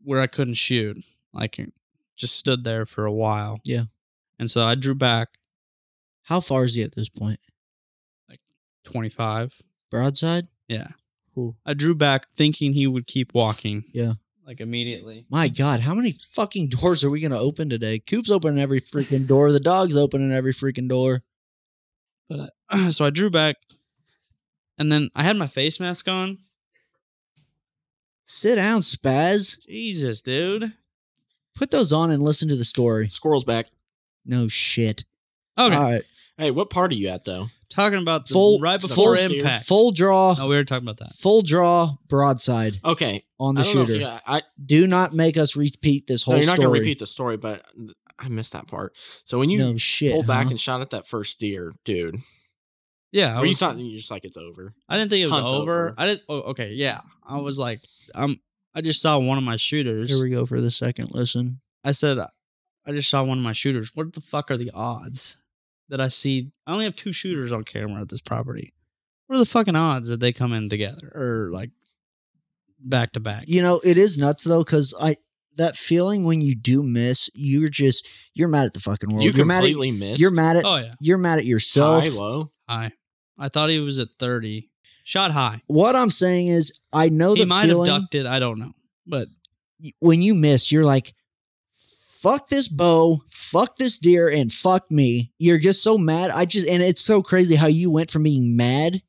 S3: where I couldn't shoot. Like just stood there for a while.
S1: Yeah.
S3: And so I drew back
S1: How far is he at this point?
S3: twenty five.
S1: Broadside.
S3: Yeah.
S1: Ooh.
S3: I drew back thinking he would keep walking.
S1: Yeah.
S3: Like immediately.
S1: My God, how many fucking [LAUGHS] doors are we gonna open today? Coop's opening every freaking door. The dog's opening every freaking door.
S3: But I, [CLEARS THROAT] so I drew back, and then I had my face mask on.
S1: Sit down, Spaz.
S3: Jesus, dude.
S1: Put those on and listen to the story.
S2: Squirrel's back.
S1: No shit.
S3: Okay,
S1: All right.
S2: Hey, what part are you at though?
S3: talking about the,
S1: Full-
S3: right
S2: the
S3: before
S2: first year.
S3: impact.
S1: Full draw.
S3: No, we were talking about that.
S1: Full draw broadside
S2: Okay,
S1: on
S2: I
S1: the
S2: don't know if
S1: shooter.
S2: you- I,
S1: Do not make us repeat this
S2: no,
S1: whole
S2: you're not
S1: story.
S2: gonna repeat the story, but I missed that part. So when you
S1: no shit.
S2: pulled back
S1: huh?
S2: and shot at that first deer, dude,
S3: Yeah, I,
S2: were you
S3: was-
S2: thought you're just like it's over?
S3: I didn't think it was
S2: Hunt's
S3: over.
S2: over.
S3: I didn't. Oh, okay, yeah. I was like, um, I just saw one of my shooters.
S1: Here we go for the second listen.
S3: I said, uh, I just saw one of my shooters. What the fuck are the odds that I see? I only have two shooters on camera at this property. What are the fucking odds that they come in together or like back to back?
S1: You know, it is nuts though, because I that feeling when you do miss, you're just you're mad at the fucking world.
S2: you
S1: are mad at
S2: completely missed.
S1: you're mad at
S3: Oh yeah,
S1: you're mad at yourself.
S2: high low.
S3: high. I thought he was at thirty. Shot high.
S1: What I'm saying is, I know
S3: He
S1: Oh, the
S3: might
S1: feeling
S3: have ducked it. I don't know, but
S1: when you miss. You're like, fuck this bow, fuck this deer, and fuck me. You're just so mad. I just and it's so crazy how you went from being mad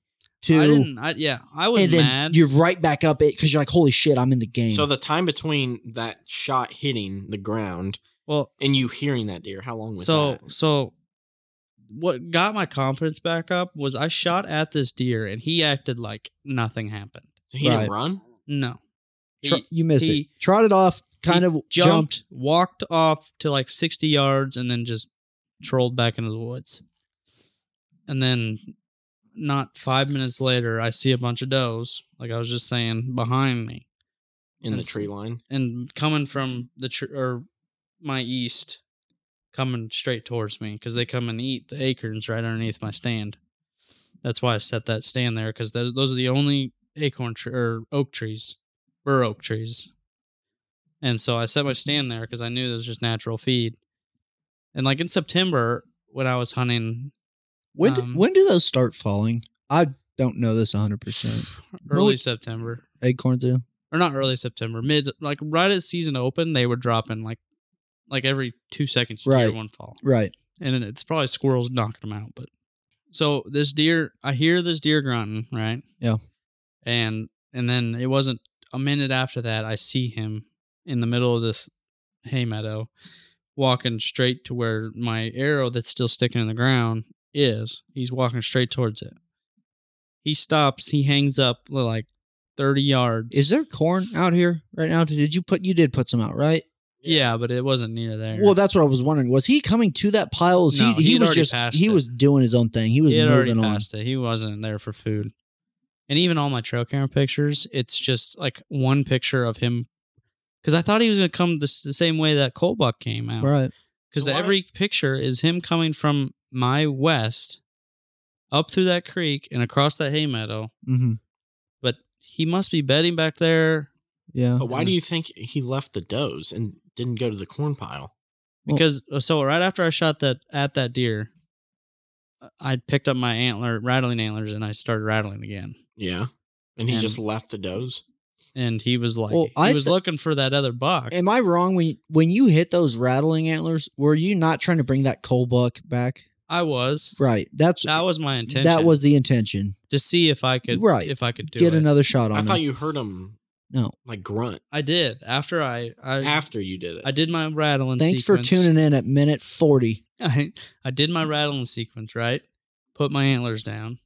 S1: to
S3: I didn't. I, yeah, I was
S1: and then
S3: mad.
S1: you're right back up it because you're like, holy shit, I'm in the game.
S2: So the time between that shot hitting the ground
S3: Well,
S2: And you hearing that deer? How long was
S3: so
S2: that?
S3: so what got my confidence back up was
S2: Mm-hmm.
S3: I shot at this deer and he acted like nothing happened.
S2: He
S1: Right.
S2: didn't run.
S3: No.
S1: Tro-
S3: He-
S1: you missed
S3: he-
S1: it. Trotted off, kind
S3: he
S1: of jumped.
S3: jumped, walked off to like 60 yards, and then just trolled back into the woods. And then, not five minutes later, I see a bunch of does, like I was just saying, behind me
S2: in the
S3: That's-
S2: tree line.
S3: and coming from the tr- or my east, coming straight towards me because they come and eat the acorns right underneath my stand. That's why I set that stand there because those those are the only acorn tre- or oak trees, bur oak trees. And so I set my stand there because I knew this was just natural feed. And like in September when I was hunting
S1: When
S3: um,
S1: do, when do those start falling? I don't know this 100%.
S3: early
S1: Uh, Really?
S3: September,
S1: Acorn do?
S3: or not early September, mid like right as season opened, they were dropping like like every two seconds you hear
S1: Right.
S3: one fall.
S1: Right.
S3: And then it's probably squirrels knocking them out, but so this deer I hear this deer grunting, right?
S1: Yeah.
S3: And and then it wasn't a minute after that I see him in the middle of this hay meadow walking straight to where my arrow that's still sticking in the ground is. He's walking straight towards it. He stops, he hangs up like 30 yards.
S1: Is there corn out here right now? Did you put you did put some out, right?
S3: Yeah, but it wasn't near there.
S1: Well, that's what I was wondering. Was he coming to that pile? Was he,
S3: No,
S1: he
S3: he'd
S1: was
S3: already
S1: just
S3: passed
S1: he
S3: it.
S1: was doing his own thing. He was
S3: he had already
S1: moving on.
S3: passed it. He wasn't there for food. And even all my trail camera pictures, it's just like one picture of him. Because I thought he was going to come the, s- the same way that Colbuck came out.
S1: Right.
S3: Because
S2: So why-
S3: every picture is him coming from my west up through that creek and across that hay meadow.
S1: Mm-hmm.
S3: But he must be bedding back there
S1: Yeah.
S2: But why do you think he left the does and didn't go to the corn pile?
S1: Well-
S3: because uh, so right after I shot that at that deer, I picked up my antler rattling antlers and I started rattling again.
S2: Yeah, and he
S3: And-
S2: just left the does.
S3: and he was like
S1: Well,
S3: he
S1: I
S3: was
S1: thi-
S3: looking for that other buck.
S1: Am I wrong when when you hit those rattling antlers? Were you not trying to bring that coal buck back?
S3: I was.
S1: Right. That's
S3: That was my intention.
S1: that was the intention.
S3: to see if I could
S1: Right.
S3: if I could do
S1: Get
S3: it.
S1: another shot on.
S2: I
S1: him.
S2: thought you heard him
S1: No.
S2: like grunt
S3: I did after I I
S2: after you did it.
S3: I did my rattling.
S1: Thanks
S3: sequence.
S1: for tuning in at minute forty.
S3: I, I did my rattling sequence right. Put my antlers down,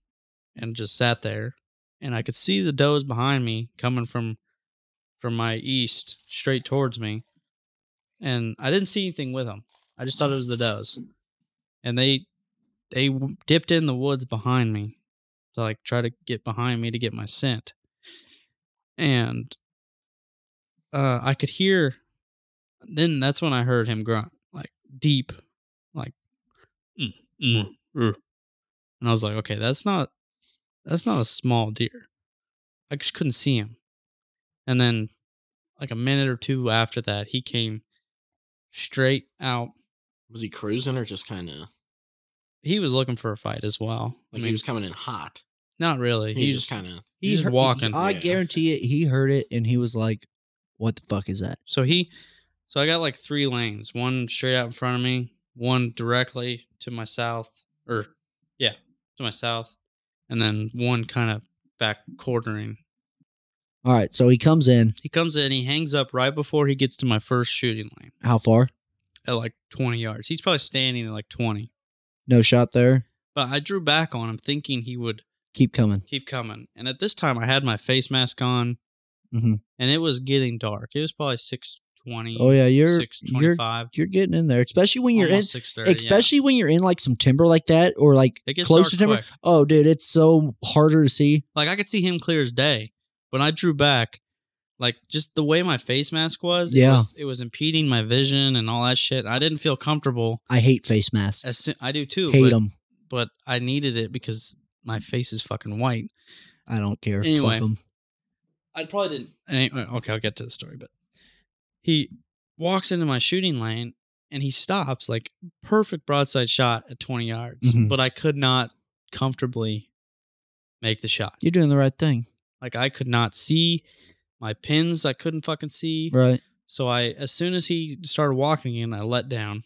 S3: and just sat there, and I could see the does behind me coming from from my east straight towards me, and I didn't see anything with them. I just thought it was the does, and they they w- dipped in the woods behind me to like try to get behind me to get my scent, and uh, I could hear. Then that's when I heard him grunt like deep "Mm, mm." and I was like, okay, that's not that's not a small deer. I just couldn't see him. And then like a minute or two after that, he came straight out.
S2: was he cruising or just kind of like
S3: He was looking for a fight as well. I mean,
S2: he was coming in hot?
S3: not really.
S2: He's,
S3: He's,
S2: just kind of
S3: he's
S1: heard-
S3: walking.
S1: I
S2: Yeah.
S1: guarantee it. He heard it and he was like, "What the fuck is that?"
S3: So he, so I got like three lanes: one straight out in front of me, one directly to my south, or yeah, to my south, and then one kind of back cornering
S1: All right. So he comes in.
S3: He comes in, he hangs up right before he gets to my first shooting lane
S1: How far?
S3: at like 20 yards. He's probably standing at like 20.
S1: No shot there.
S3: But I drew back on him thinking he would
S1: Keep coming.
S3: keep coming. And at this time I had my face mask on
S1: Mhm.
S3: and it was getting dark. It was probably 620,
S1: Oh yeah, you're you're
S3: 625.
S1: you're getting in there, especially when you're in,
S3: almost 630, yeah.
S1: especially when you're in like some timber like that or like
S3: it gets
S1: close
S3: dark
S1: to timber.
S3: quick.
S1: Oh, dude, it's so harder to see.
S3: Like I could see him clear as day. When I drew back, like just the way my face mask was, it
S1: Yeah.
S3: was, it was impeding my vision and all that shit. I didn't feel comfortable.
S1: I hate face masks.
S3: As soon, I do too.
S1: hate
S3: but-
S1: them.
S3: but I needed it because my face is fucking white.
S1: I don't care.
S3: Anyway.
S1: Fuck them.
S3: I probably didn't. Anyway, uh, okay, I'll get to the story, but he walks into my shooting lane and he stops like perfect broadside shot at 20 yards,
S1: Mhm.
S3: but I could not comfortably make the shot.
S1: You're doing the right thing,
S3: Like I could not see my pins, I couldn't fucking see.
S1: right?
S3: So I, as soon as he started walking in, I let down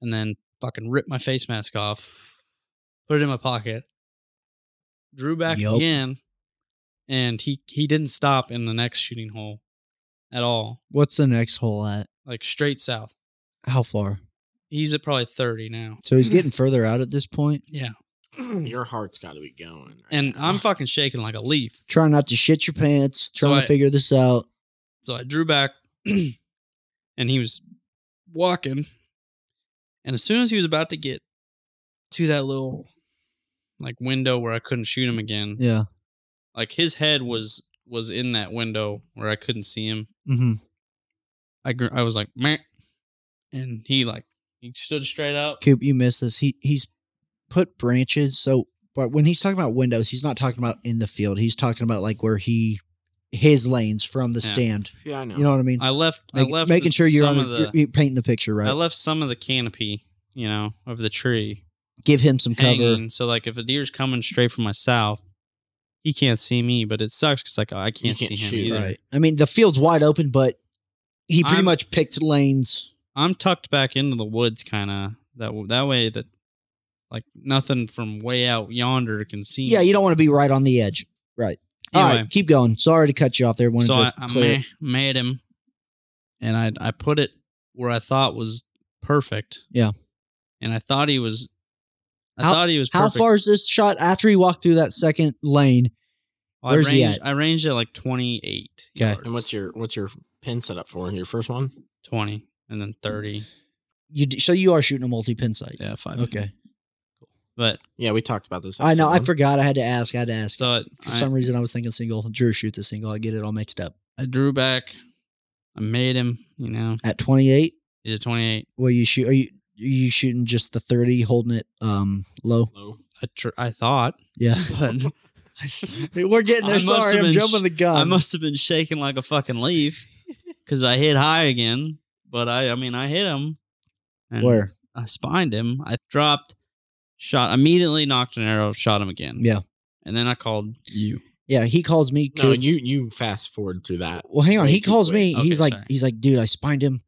S3: and then fucking ripped my face mask off, put it in my pocket, drew back
S1: Yup.
S3: again, and he, he didn't stop in the next shooting hole at all,
S1: What's the next hole at?
S3: like straight south.
S1: How far?
S3: He's at probably 30 now.
S1: So he's getting further out at this point.
S3: Yeah.
S2: [CLEARS THROAT] Your heart's got to be going. right
S3: And
S2: now.
S3: I'm fucking shaking like a leaf.
S1: Trying not to shit your pants.
S3: So
S1: Trying to
S3: I-
S1: figure this out.
S3: So I drew back [CLEARS THROAT] and he was walking. And as soon as he was about to get to that little like window where I couldn't shoot him again,
S1: Yeah.
S3: like his head was was in that window where I couldn't see him.
S1: Mm-hmm.
S3: I gr- I was like, man, and he like he stood straight up.
S1: Coop, you missed this. He he's put branches. So, but when he's talking about windows, he's not talking about in the field. He's talking about like where he his lanes from the
S3: Yeah.
S1: stand.
S2: [LAUGHS] Yeah, I know.
S1: You know what I mean?
S3: I left.
S1: Make-
S3: I left
S1: making
S3: the-
S1: sure you're,
S3: some
S1: on,
S3: of the.
S1: you're, you're painting the picture right.
S3: I left some of the canopy, you know, of the tree
S1: Give him some cover.
S3: hanging. So like, if a deer's coming straight from my south, he can't see me. But it sucks because like I
S2: can't
S3: can't, see him
S2: shoot,
S3: either.
S1: Right. I mean, the field's wide open, but he pretty
S3: I'm-
S1: much picked lanes.
S3: I'm tucked back into the woods, kind of that w- that way that like nothing from way out yonder can see.
S1: Yeah, you don't want to be right on the edge. Right. All right,
S3: Anyway.
S1: keep going. Sorry to cut you off there. Wanted
S3: so
S1: to
S3: I, I
S1: clear it.
S3: ma- made him, and I I put it where I thought was perfect.
S1: Yeah.
S3: and I thought he was. I
S1: How-
S3: thought he was.
S1: How
S3: Perfect.
S1: far is this shot after he walked through that second lane?
S3: I
S1: where's he
S3: ranged, I ranged at like twenty eight.
S1: Okay.
S2: And what's your what's your pin set up for? Your first one?
S3: twenty and then thirty?
S1: You d- so you are shooting a multi pin sight.
S3: Yeah, five.
S1: Okay.
S3: but
S2: Yeah, we talked about this.
S1: I know. I
S2: episode one.
S1: forgot. I had to ask. I had to ask.
S3: so it,
S1: For
S3: I,
S1: some reason, I was thinking single. Drew shoot the single. I get it all mixed up.
S3: I drew back. I made him. You know,
S1: At 28,
S3: he did twenty eight.
S1: what you shoot? Are you are you shooting just the 30, holding it um low?
S2: Low.
S3: I tr- I thought, [LAUGHS]
S1: Yeah. [LAUGHS]
S3: but
S1: We're getting
S3: I
S1: there.
S3: must
S1: Sorry, I'm
S3: have been
S1: jumping
S3: sh-
S1: the gun.
S3: I must have been shaking like a
S1: [LAUGHS]
S3: fucking leaf because I hit high again. But I, I mean, I hit him. And
S1: Where?
S3: I spined him. I dropped, shot immediately, knocked an arrow, shot him again.
S1: Yeah.
S3: and then I called you.
S1: Yeah, he calls me.
S2: No,
S1: Coop.
S2: you you fast forward through that.
S1: well, hang on.
S2: way
S1: He
S2: too
S1: calls
S2: quick.
S1: me. he's
S3: Okay,
S1: like,
S3: sorry.
S1: he's like, dude, I spined him.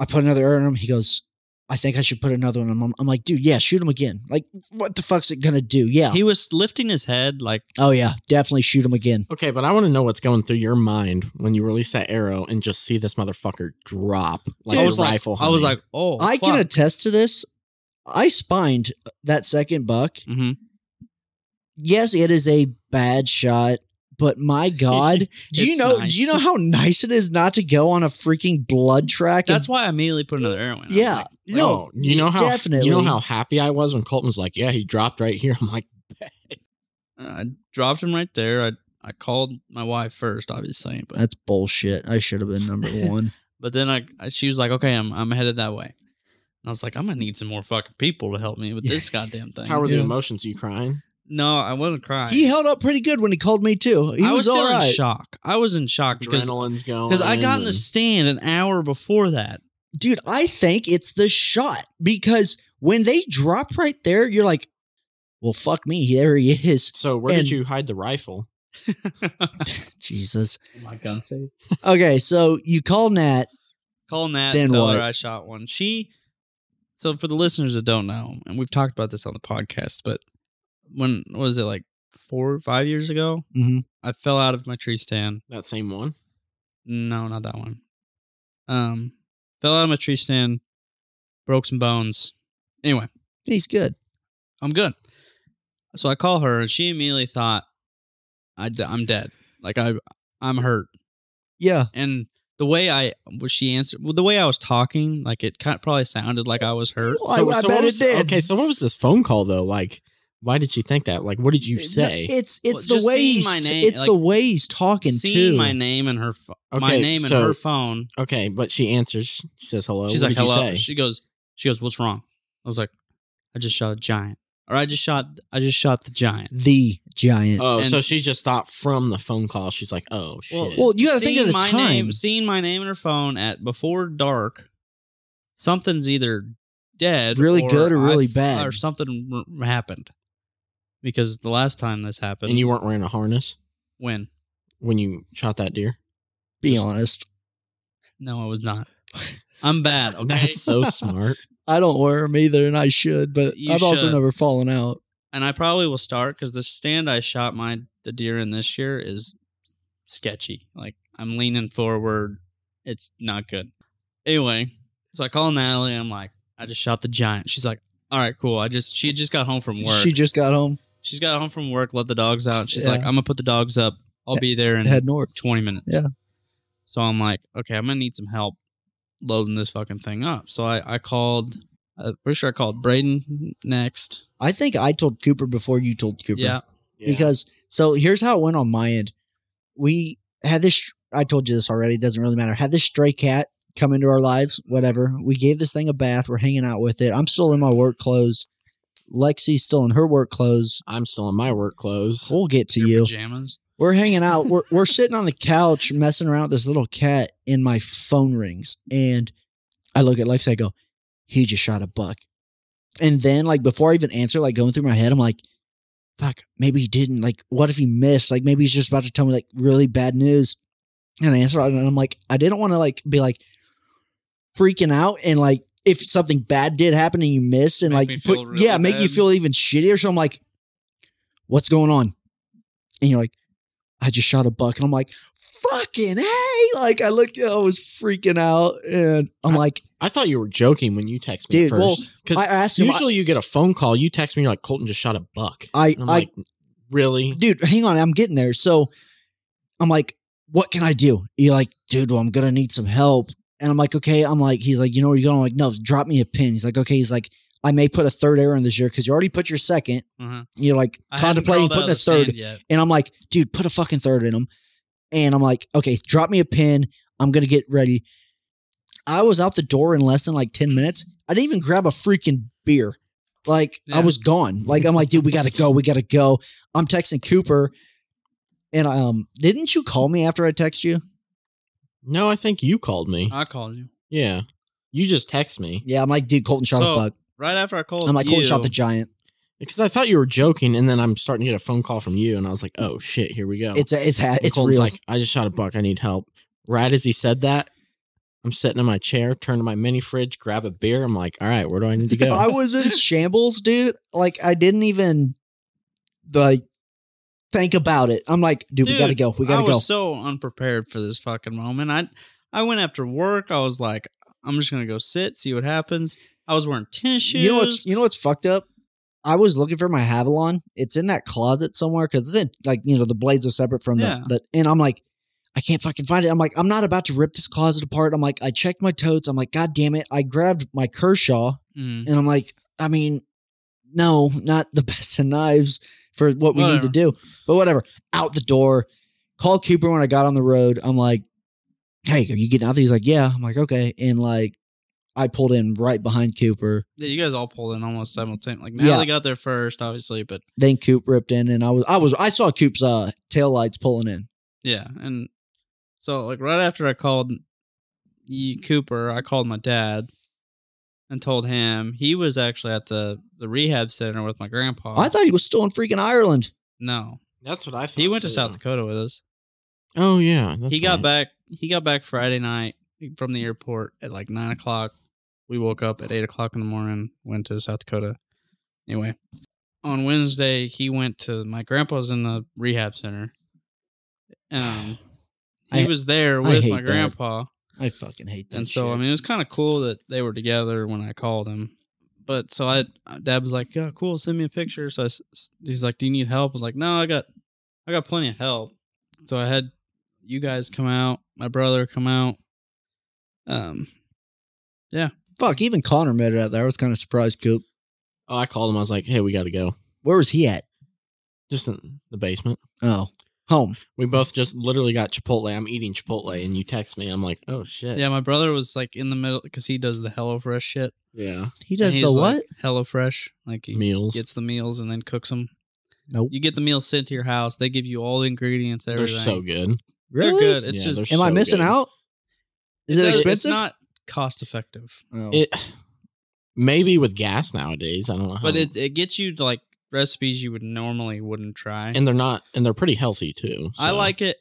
S1: I put another arrow in him. He goes, I think I should put another one. in him." I'm, I'm like, dude, yeah, shoot him again. Like, what the fuck's it gonna do? Yeah.
S3: He was lifting his head like
S1: oh yeah, definitely shoot him again.
S2: Okay, but I want to know what's going through your mind when you release that arrow and just see this motherfucker drop like
S3: I
S2: a
S3: was like,
S2: rifle.
S3: I was
S2: honey.
S3: like, oh,
S1: I can attest to this. I spined that second buck.
S3: hmm
S1: Yes, it is a bad shot, but
S3: [LAUGHS]
S1: my god, do you
S3: It's
S1: know?
S3: nice.
S1: Do you know how nice it is not to go on a freaking blood track? and-
S3: That's why I immediately put another arrow in. I was
S1: yeah.
S3: [LAUGHS] like, oh.
S1: no,
S2: no, you know how
S1: definitely.
S2: you know how happy I was when Colton was like, yeah, he dropped right here. [LAUGHS] I'm like,
S3: I dropped him right there. I I called my wife first, obviously, but
S1: That's bullshit. I should have been number one.
S3: but then I, I she was like, okay, I'm I'm headed that way. And I was like, I'm gonna need some more fucking people to help me with
S1: Yeah.
S3: this
S1: [LAUGHS]
S3: goddamn thing.
S2: how are the
S1: Yeah.
S2: emotions? You crying?
S3: no, I wasn't crying.
S1: He held up pretty good when he called me too. He
S3: I was,
S1: was,
S3: still
S1: all right.
S3: in shock. I was in shock because
S2: Adrenaline's going.
S3: because I got in
S2: and-
S3: the stand an hour
S1: [LAUGHS]
S3: before that.
S1: Dude, I think it's the shot because when they drop right there, you're like, well, fuck me. There he is. [LAUGHS]
S2: So where
S1: and-
S2: did you hide the rifle?
S1: Jesus.
S3: Oh My gun safe.
S1: Okay, so you call Nat.
S3: Calling that.
S1: Then
S3: Then tell her
S1: what?
S3: I shot one. She. So for the listeners that don't know, and we've talked about this on the podcast, but when what was it like four or five years ago?
S1: Mm-hmm.
S3: I fell out of my tree stand.
S2: That same one.
S3: No, not that one. Um, fell out of my tree stand, broke some bones. Anyway,
S1: He's good.
S3: I'm good. So I call her, and she immediately thought, I d- "I'm dead. Like I, I'm hurt."
S1: Yeah.
S3: And the way I was, she answered well, the way I was talking, like it kind probably sounded like I was hurt.
S1: I- I
S2: what
S1: bet it
S2: was-
S1: did.
S2: Okay, so what was this phone call though? Like, why did she think that? Like, what did you say?
S1: No, it's
S3: Well,
S1: it's the
S3: just
S1: way
S3: seeing
S1: he's
S3: my name,
S1: it's
S3: like,
S1: the way he's talking
S3: Seeing
S1: too.
S3: my name and her, pho- my
S2: Okay,
S3: name
S2: so-
S3: and her phone,
S2: okay, but she answers. She says hello.
S3: she's
S2: what
S3: like,
S2: did
S3: "Hello."
S2: you say?
S3: She goes, "She goes, what's wrong?" I was like, "I just shot a giant." Or I just shot, I just shot the giant.
S1: the giant.
S2: Oh,
S3: And-
S2: so she just thought from the phone call. She's like, oh shit.
S1: Well, you gotta think of
S3: seeing
S1: the
S3: my
S1: time.
S3: Name, seeing my name in her phone at before dark, something's either dead,
S1: Really good or really bad.
S3: or something r- happened. Because the last time this happened,
S2: and you weren't wearing a harness
S3: when?
S2: when you shot that deer.
S1: be honest.
S3: No, I was not.
S1: [LAUGHS]
S3: I'm bad. Okay,
S2: That's so smart.
S1: I don't wear them either, and I should, but
S3: You
S1: I've also
S3: should.
S1: never fallen out.
S3: and I probably will start because the stand I shot my the deer in this year is sketchy. Like I'm leaning forward. It's not good. Anyway, So I call Natalie. I'm like, I just shot the giant. She's like, all right, cool. I just she just got home from work.
S1: She just got home,
S3: She's got home from work, let the dogs out. She's
S1: Yeah.
S3: like, I'm gonna put the dogs up. I'll be there in
S1: head north.
S3: 20 minutes.
S1: Yeah.
S3: So I'm like, okay, I'm gonna need some help loading this fucking thing up. So I I called. I'm pretty sure I called Braden next.
S1: I think I told Cooper before you told Cooper.
S3: Yeah.
S1: [LAUGHS] Because so here's how it went on my end. We had this I told you this already, it doesn't really matter. Had this stray cat come into our lives, whatever. We gave this thing a bath, we're hanging out with it. I'm still in my work clothes. Lexi's still in her work clothes.
S2: I'm still in my work clothes.
S1: We'll get to
S3: Your
S1: you.
S3: pajamas.
S1: We're hanging out. We're we're sitting on the couch messing around with this little cat and my phone rings. And I look at Lex, I go, he just shot a buck. And then like before I even answer, like going through my head, I'm like, fuck, maybe he didn't. Like, what if he missed? Like maybe he's just about to tell me like really bad news. And I answer and I'm like, I didn't want to like be like freaking out and like if something bad did happen and you missed and
S3: Make me
S1: like
S3: feel
S1: put,
S3: really
S1: yeah, make you
S3: bad.
S1: feel even shittier. So I'm like, what's going on? And you're like, I just shot a buck. And I'm like, fucking hey. Like I looked, I was freaking out. And I'm
S2: I-
S1: like,
S2: I thought you were joking when you text me
S1: Dude, well,
S2: first. Because
S1: I asked him, I-
S2: usually you get a phone call, you text me, you're like, Colton just shot a buck.
S1: I,
S2: And I'm
S1: I,
S2: like, really?
S1: dude, hang on, I'm getting there. So I'm like, what can I do? You're like, dude, well, I'm gonna need some help. And I'm like, okay. I'm like, he's like, you know where you're going? I'm like, no, drop me a pin. He's like, okay. He's like, I may put a third error in this year because you already put your second.
S3: Uh-huh.
S1: You're like
S3: I hadn't
S1: contemplating
S3: crawled out of
S1: putting a
S3: the
S1: third.
S3: sand yet.
S1: And I'm like, dude, put a fucking third in him. And I'm like, okay, drop me a pin. I'm gonna get ready. I was out the door in less than like 10 minutes. I didn't even grab a freaking beer. Like I
S3: Yeah.
S1: was gone. Like I'm like, dude, we gotta go. We gotta go. I'm texting Cooper. And um, didn't you call me after I text you?
S2: No, I think you called me.
S3: I called you
S2: yeah. You just text me.
S1: Yeah, I'm like, dude, Colton shot
S3: So,
S1: a bug.
S3: right after I called.
S1: I'm like, Colton
S3: you,
S1: shot the giant.
S2: Because I thought you were joking, and then I'm starting to get a phone call from you, and I was like, oh shit, here we go.
S1: It's a, it's ha-
S2: And
S1: it's
S2: Colton's
S1: real.
S2: like, I just shot a buck. I need help. Right as he said that, I'm sitting in my chair, turn to my mini fridge, grab a beer. I'm like, all right, where do I need
S3: [LAUGHS] Oh,
S2: to
S1: I
S2: go?
S1: was in shambles, dude. Like I didn't even like think about it. I'm like, dude, we gotta
S3: Dude,
S1: go. We gotta
S3: I
S1: go.
S3: was so unprepared for this fucking moment. I I went after work. I was like, I'm just gonna go sit, see what happens. I was wearing tennis shoes.
S1: you know what's you know what's fucked up? I was looking for my Havilon. It's in that closet somewhere because it's in like you know the blades are separate from
S3: Yeah.
S1: the, the and I'm like. I can't fucking find it. I'm like, I'm not about to rip this closet apart. I'm like, I checked my totes. I'm like, God damn it. I grabbed my Kershaw
S3: Mm.
S1: and I'm like, I mean, no, not the [LAUGHS] best of knives for what we need to
S3: Whatever.
S1: do. But whatever. Out the door. Call Cooper when I got on the road. I'm like, hey, are you getting out? He's like, yeah. I'm like, okay. And like, I pulled in right behind Cooper.
S3: Yeah, you guys all pulled in almost simultaneously. Like
S1: Yeah.
S3: Natalie got there first, obviously, but
S1: Then Coop ripped in, and I was, I was, I saw Coop's uh, taillights pulling in.
S3: yeah, and so like right after I called y- Cooper, I called my dad and told him he was actually at the the rehab center with my grandpa.
S1: I thought Oh, he was still in freaking Ireland.
S3: no,
S2: That's what I thought.
S3: he went to
S2: too.
S3: South Dakota with us.
S2: Oh, yeah. that's
S3: he got
S2: right.
S3: back. He got back Friday night from the airport at like nine o'clock. We woke up at eight o'clock in the morning. Went to South Dakota. Anyway, on Wednesday he went to my grandpa's in the rehab center. Um,
S1: [SIGHS]
S3: he
S1: I-
S3: was there
S1: I
S3: with
S1: hate
S3: my
S1: that.
S3: grandpa,
S1: I fucking hate that.
S3: and so
S1: shit.
S3: I mean it was kind of cool that they were together when I called him. But so I, uh, Dad was like, "Yeah, cool. Send me a picture." So I s- s- he's like, "Do you need help?" I was like, "No, I got I got plenty of help. So I had you guys come out, my brother come out. Um,
S1: fuck, even Connor made it out there. I was kind of surprised. Coop,
S2: Oh, I called him. I was like, hey, we got to go.
S1: where was he at?
S2: Just in the basement.
S1: Oh, home.
S2: We both just literally got Chipotle. I'm eating Chipotle, and you text me. I'm like, oh, shit.
S3: yeah, my brother was like in the middle because he does the HelloFresh shit.
S2: Yeah.
S1: He does the what?
S3: HelloFresh, like he
S2: Meals.
S3: gets the meals and then cooks them.
S1: Nope.
S3: You get the meals sent to your house. They give you all the ingredients.
S2: They're
S3: Everything.
S2: so good.
S3: They're
S1: really?
S3: good. It's
S2: Yeah,
S3: just
S2: they're
S1: Am I
S2: so
S1: missing
S2: good.
S1: out? Is it,
S3: it's
S1: expensive?
S3: not cost effective,
S1: Oh.
S2: It Maybe with gas nowadays. I don't know. How,
S3: but it it gets you like recipes you would normally wouldn't try.
S2: And they're not, and they're pretty healthy, too.
S3: I
S2: so.
S3: like it.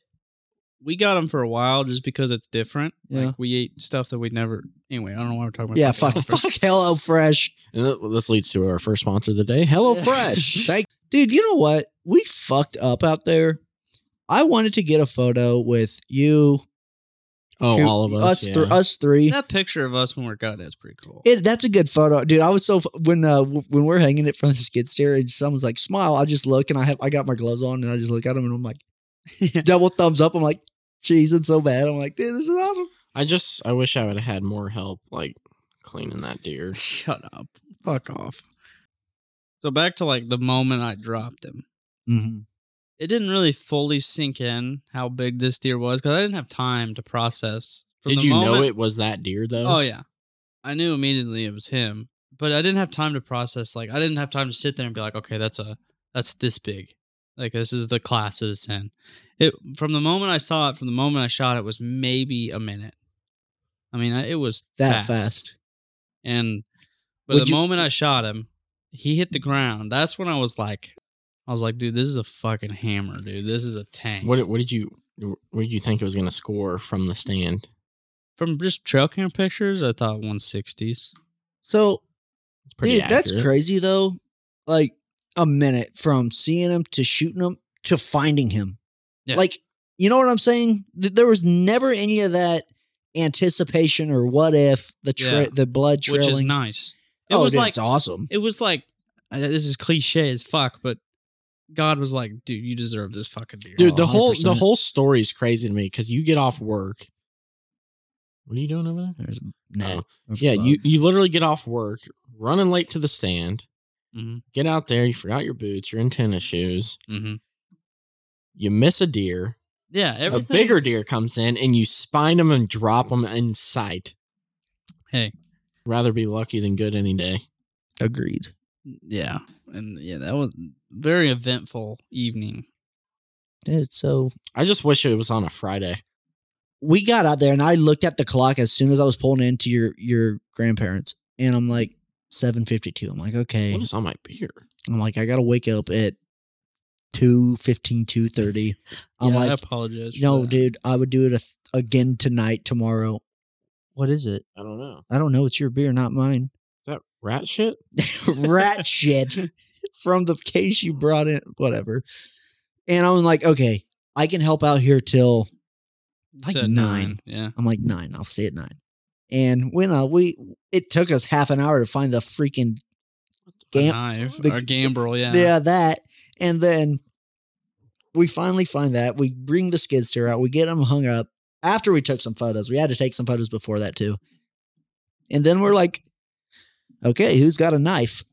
S3: We got them for a while just because it's different.
S1: Yeah.
S3: Like we ate stuff that we'd never. Anyway, I don't know why we're talking about.
S1: yeah, fuck,
S3: fucking
S1: fuck
S3: HelloFresh.
S1: [LAUGHS] Hello Fresh.
S2: And th- this leads to our first sponsor of the day,
S3: [LAUGHS]
S2: HelloFresh.
S1: [LAUGHS] Thank- Dude, you know what? We fucked up out there. I wanted to get a photo with you,
S2: Oh,
S1: Coop-
S2: all of us.
S1: us,
S2: yeah.
S1: thr- us three.
S3: That picture of us when we're gutted is pretty cool.
S1: It, that's a good photo, dude. I was so f- when uh w- when we're hanging it from the skid steer and someone's like smile, I just look and I have I got my gloves on and I just look at him and I'm
S2: [LAUGHS]
S1: like
S3: Yeah.
S1: double thumbs up. I'm like, geez, it's so bad. I'm like, dude, this is awesome.
S2: I just I wish I would have had more help like cleaning that deer.
S3: [LAUGHS] Shut up. Fuck off. So back to like the moment I dropped him.
S2: Mm-hmm.
S3: It didn't really fully sink in how big this deer was because I didn't have time to process. From
S2: Did
S3: the
S2: you know
S3: moment-
S2: it was that deer though?
S1: [LAUGHS]
S3: Oh yeah, I knew immediately it was him, but I didn't have time to process. Like I didn't have time to sit there and be like, okay, that's a that's this big. Like this is the class that it's in. It from the moment I saw it, from the moment I shot it, was maybe a minute. I mean, I- it was
S1: That
S3: fast.
S1: fast.
S3: And but
S1: Would
S3: the
S1: you-
S3: moment I shot him, he hit the ground. That's when I was like, I was like, dude, this is a fucking hammer, dude. This is a tank.
S2: What what did you what did you think it was gonna score from the stand?
S3: From just trail cam pictures, I thought 160s.
S1: So
S2: It's pretty
S1: dude, that's
S2: accurate.
S1: crazy though. Like a minute from seeing him to shooting him to finding him.
S3: Yeah.
S1: Like, you know what I'm saying? Th- There was never any of that anticipation or what if the tra-
S3: Yeah.
S1: the blood
S3: which
S1: trailing.
S3: is nice. It
S1: oh,
S3: was
S1: dude,
S3: like
S1: it's awesome.
S3: it was like uh, this is cliche as fuck, but God was like, dude, you deserve this fucking Oh, deer.
S2: Dude,
S1: Oh,
S2: the whole the
S1: 100%.
S2: whole story is crazy to me because you get off work. What are you doing over there?
S1: There's no.
S2: Yeah, you you literally get off work, running late to the stand.
S3: Mhm,
S2: Get out there, you forgot your boots, you're in tennis shoes.
S3: mhm.
S2: You miss a deer,
S3: yeah, everything.
S2: a bigger deer comes in, and you spine them and drop them in sight.
S3: Hey.
S2: rather be lucky than good any day.
S1: agreed.
S3: Yeah, and yeah, that was very eventful evening.
S1: Dude, so
S2: I just wish it was on a Friday.
S1: we got out there and I looked at the clock as soon as I was pulling into your your grandparents and I'm like 7:52. I'm like, okay.
S2: What is on my beer?
S1: I'm like, I gotta wake up at 2 15, 2
S3: [LAUGHS]
S1: 30. I'm
S3: yeah, I
S1: like,
S3: apologize. for
S1: no,
S3: that.
S1: dude, I would do it a th- again tonight, tomorrow. What is it?
S2: I don't know. Is
S1: I don't know. It's your beer, not mine. [LAUGHS]
S2: that rat shit?
S1: Rat shit [LAUGHS] from the case you brought in, whatever. And I'm like, okay, I can help out here till like
S3: Said
S1: nine.
S3: Yeah,
S1: I'm like nine. I'll stay at nine. And when uh, we, it took us half an hour to find the freaking
S3: a
S1: Gam-
S3: knife
S1: the-
S3: or gambrel. Yeah,
S1: yeah. that, and then we finally find that we bring the skid steer out. We get them hung up after we took some photos. We had to take some photos before that too. And then we're like, okay, who's got a knife?